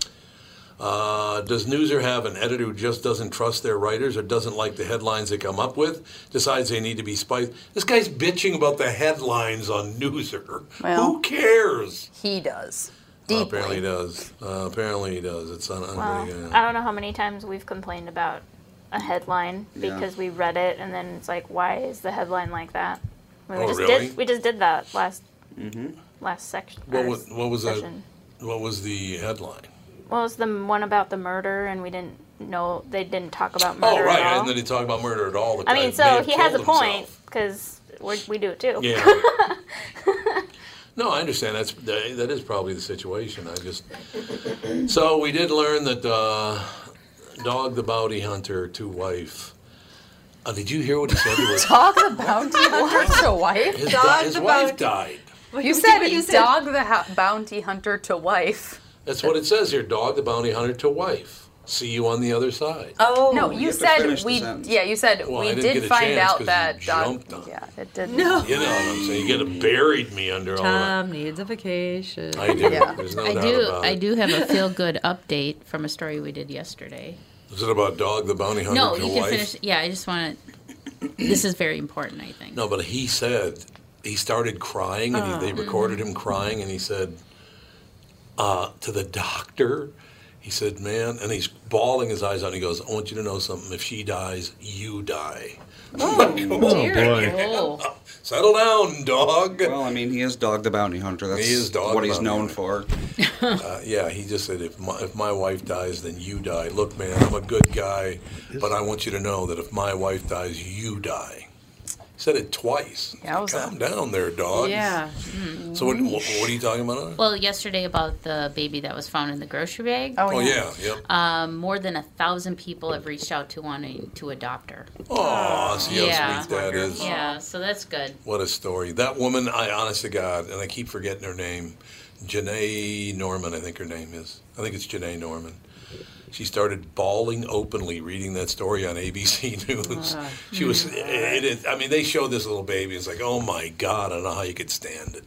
S1: Uh, does Newser have an editor who just doesn't trust their writers or doesn't like the headlines they come up with? Decides they need to be spiced. This guy's bitching about the headlines on Newser.
S3: Well,
S1: Who cares?
S3: He does.
S1: Uh, apparently he does. Uh, apparently he does. It's un- un-
S13: Well, I don't know how many times we've complained about a headline
S1: Yeah.
S13: because we read it and then it's like, why is the headline like that? I mean, we
S1: Oh,
S13: just
S1: really?
S13: did we just did that last
S1: Mhm.
S13: last section. uh,
S1: What was what was that?
S13: Session.
S1: What was the headline?
S13: Well, it's the one about the murder and we didn't know they didn't talk about
S1: Oh
S13: murder
S1: right,
S13: at all.
S1: and then he talked about murder at all. The
S13: I
S1: guy
S13: mean,
S1: may
S13: so
S1: have
S13: he has a
S1: killed himself.
S13: point because we do it too. [LAUGHS]
S1: Yeah. No, I understand. That's that that is probably the situation. I just so we did learn that uh, dog the bounty hunter to wife. Uh, did you hear what he said? to
S13: [LAUGHS]
S1: her?
S17: Dog the
S1: [LAUGHS]
S17: bounty hunter to wife.
S1: His, di- his wife died.
S17: Wait,
S3: You
S17: what
S3: said
S17: did you say?
S3: dog the ho- bounty hunter to wife.
S1: That's what it says here. Dog the bounty hunter to wife. See you on the other side.
S3: Oh, no!
S1: You
S3: You,
S1: have to finish
S3: said
S1: the
S3: we.
S1: sentence.
S3: Yeah, you said
S1: Well, I
S3: we
S1: didn't
S3: did
S1: get a
S3: find
S1: chance 'cause
S3: out
S1: you
S3: that dog.
S1: jumped on
S3: Yeah, it did.
S17: No.
S1: You know what I'm saying? You get buried me under all that.
S5: Tom needs a vacation.
S1: I do. There's no
S7: I
S1: doubt
S7: do.
S1: about
S7: I
S1: it.
S7: do have a feel good update from a story we did yesterday.
S1: Is it about dog the bounty hunter
S7: No,
S1: to
S7: you can
S1: wife?
S7: finish. Yeah, I just want to. This is very important, I think.
S1: No, but he said he started crying, and
S7: Oh.
S1: he, they recorded him crying, and he said uh, to the doctor, he said, "Man," and he's bawling his eyes out. and He goes, "I want you to know something. If she dies, you die."
S6: Oh, boy.
S1: Settle down, dog.
S6: Well, I mean, he is Dog the Bounty Hunter. That's
S1: He is Dog
S6: what
S1: the
S6: he's
S1: Bounty
S6: known
S1: Hunter.
S6: for.
S1: [LAUGHS] Uh, yeah, he just said, if my, if my wife dies, then you die. Look, man, I'm a good guy, but I want you to know that if my wife dies, you die. Said it twice. Calm down there, dog. So what, what, what are you talking about? Anna?
S7: Mm-hmm. Well, yesterday about the baby that was found in the grocery bag.
S1: Oh, yeah. Yep.
S7: Um, more than a thousand people have reached out to wanting to adopt her.
S1: Oh, see how
S7: yeah.
S1: sweet that is.
S7: Yeah, so that's good.
S1: What a story. That woman, I honest to God, and I keep forgetting her name, Janae Norman, I think her name is. I think it's Janae Norman. She started bawling openly reading that story on ABC [LAUGHS] News.
S16: Ah.
S1: she was, it is, I mean, they showed this little baby. It's like, oh my God, I don't know how you could stand it.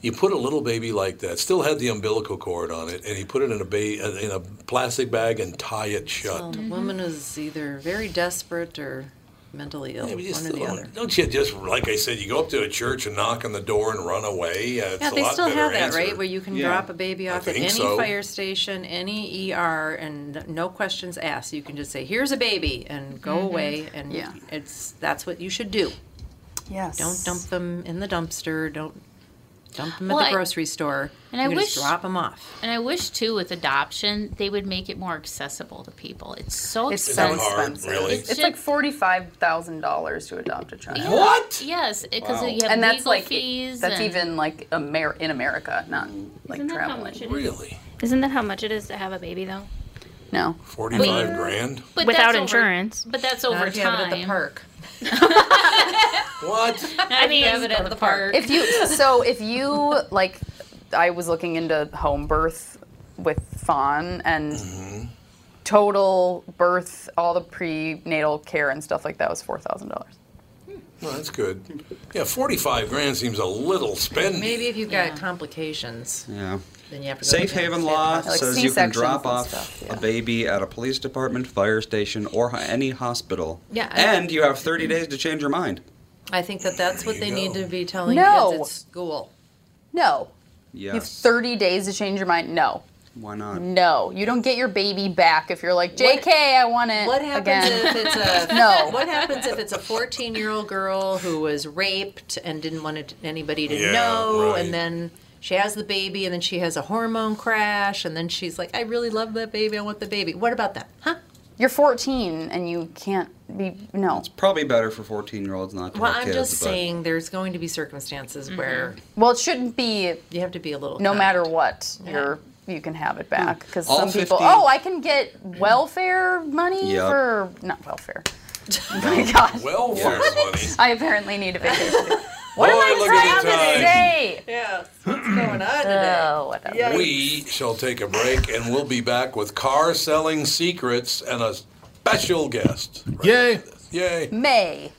S1: You put a little baby like that, still had the umbilical cord on it, and you put it in a ba- in a plastic bag and tie it shut.
S18: Well, the woman is either very desperate or mentally ill,
S1: Yeah, but you
S18: one or
S1: still
S18: the
S1: don't-
S18: other.
S1: Don't you just, like I said, you go up to a church and knock on the door and run away? Uh, it's
S18: yeah,
S1: a
S18: they
S1: lot
S18: still
S1: better
S18: have that,
S1: answer.
S18: right? Where you can drop a baby
S1: I
S18: off at
S1: think
S18: any
S1: so.
S18: fire station, any ER, and no questions asked. You can just say, "Here's a baby," and go
S7: Mm-hmm.
S17: Mhm.
S18: away. And
S17: Yeah.
S18: it's that's what you should do.
S3: Yes.
S18: Don't dump them in the dumpster. Don't dump them at
S7: Well,
S18: the
S7: I-
S18: grocery store.
S7: and
S18: you
S7: I
S18: can
S7: wish-
S18: just drop them off.
S7: And I wish too, with adoption, they would make it more accessible to people. It's so
S3: It's so
S7: expensive.
S3: expensive. It's, it's like forty-five thousand dollars to adopt a child.
S7: Yeah. What? Yes, it- 'cause Wow. you have
S3: and that's
S7: legal
S3: like
S7: fees
S3: that's
S7: and-
S3: even like Amer- in America, not like
S13: Isn't that how
S3: traveling.
S13: much it is? Isn't that how much it is to have a baby though?
S3: No.
S1: 45 grand?
S13: But Without
S7: that's over-
S13: insurance.
S7: but that's over
S18: Not if you have it
S7: time.
S18: at the park.
S1: what?
S7: [LAUGHS] I mean, have it at the park.
S3: If you
S7: [LAUGHS]
S3: so if you like, I was looking into home birth with Fawn and total birth, all the prenatal care and stuff like that was four thousand dollars.
S1: Well, that's good. Yeah, 45 grand seems a little spendy.
S18: Maybe if you've got complications,
S6: Yeah.
S18: then you have to. Go
S6: Safe
S18: to the
S6: haven
S18: next
S6: law
S18: step.
S6: says you can drop off a baby at a police department, fire station, or ho- any hospital.
S18: Yeah, I-
S6: And you have 30 days to change your mind.
S18: I think that that's what they need to be telling
S3: No.
S18: kids at school.
S3: No, you have
S6: Yes.
S3: thirty days to change your mind. No.
S6: Why not?
S3: No, you don't get your baby back if you're like J.K. I want it
S18: What happens
S3: again. [LAUGHS]
S18: if it's a
S3: no?
S18: What happens if it's a 14 year old girl who was raped and didn't want it, anybody to
S3: Yeah,
S18: know,
S3: right.
S18: and then she has the baby, and then she has a hormone crash, and then she's like, "I really love that baby. I want the baby." What about that? Huh?
S3: You're 14 and you can't be no.
S6: Probably better for 14 year olds not to
S18: Well,
S6: have
S18: I'm
S6: kids.
S18: just
S6: but-
S18: saying, there's going to be circumstances
S3: Mm-hmm.
S18: where
S3: Well, it shouldn't be.
S18: You have to be a little.
S3: No matter what, you're you can have it back because
S6: All
S3: some people.
S6: 50
S3: Oh, I can get welfare money
S6: Yep.
S3: for not welfare. Oh my [LAUGHS] gosh.
S1: Welfare money.
S3: I apparently need a vacation.
S18: [LAUGHS]
S3: what am I
S1: look
S3: trying
S1: at the
S3: to
S1: time.
S3: say?
S18: Yeah, what's going on
S3: Oh, whatever.
S1: We shall take a break and we'll be back with car selling secrets and a special guest. Yay. Yay.
S3: May.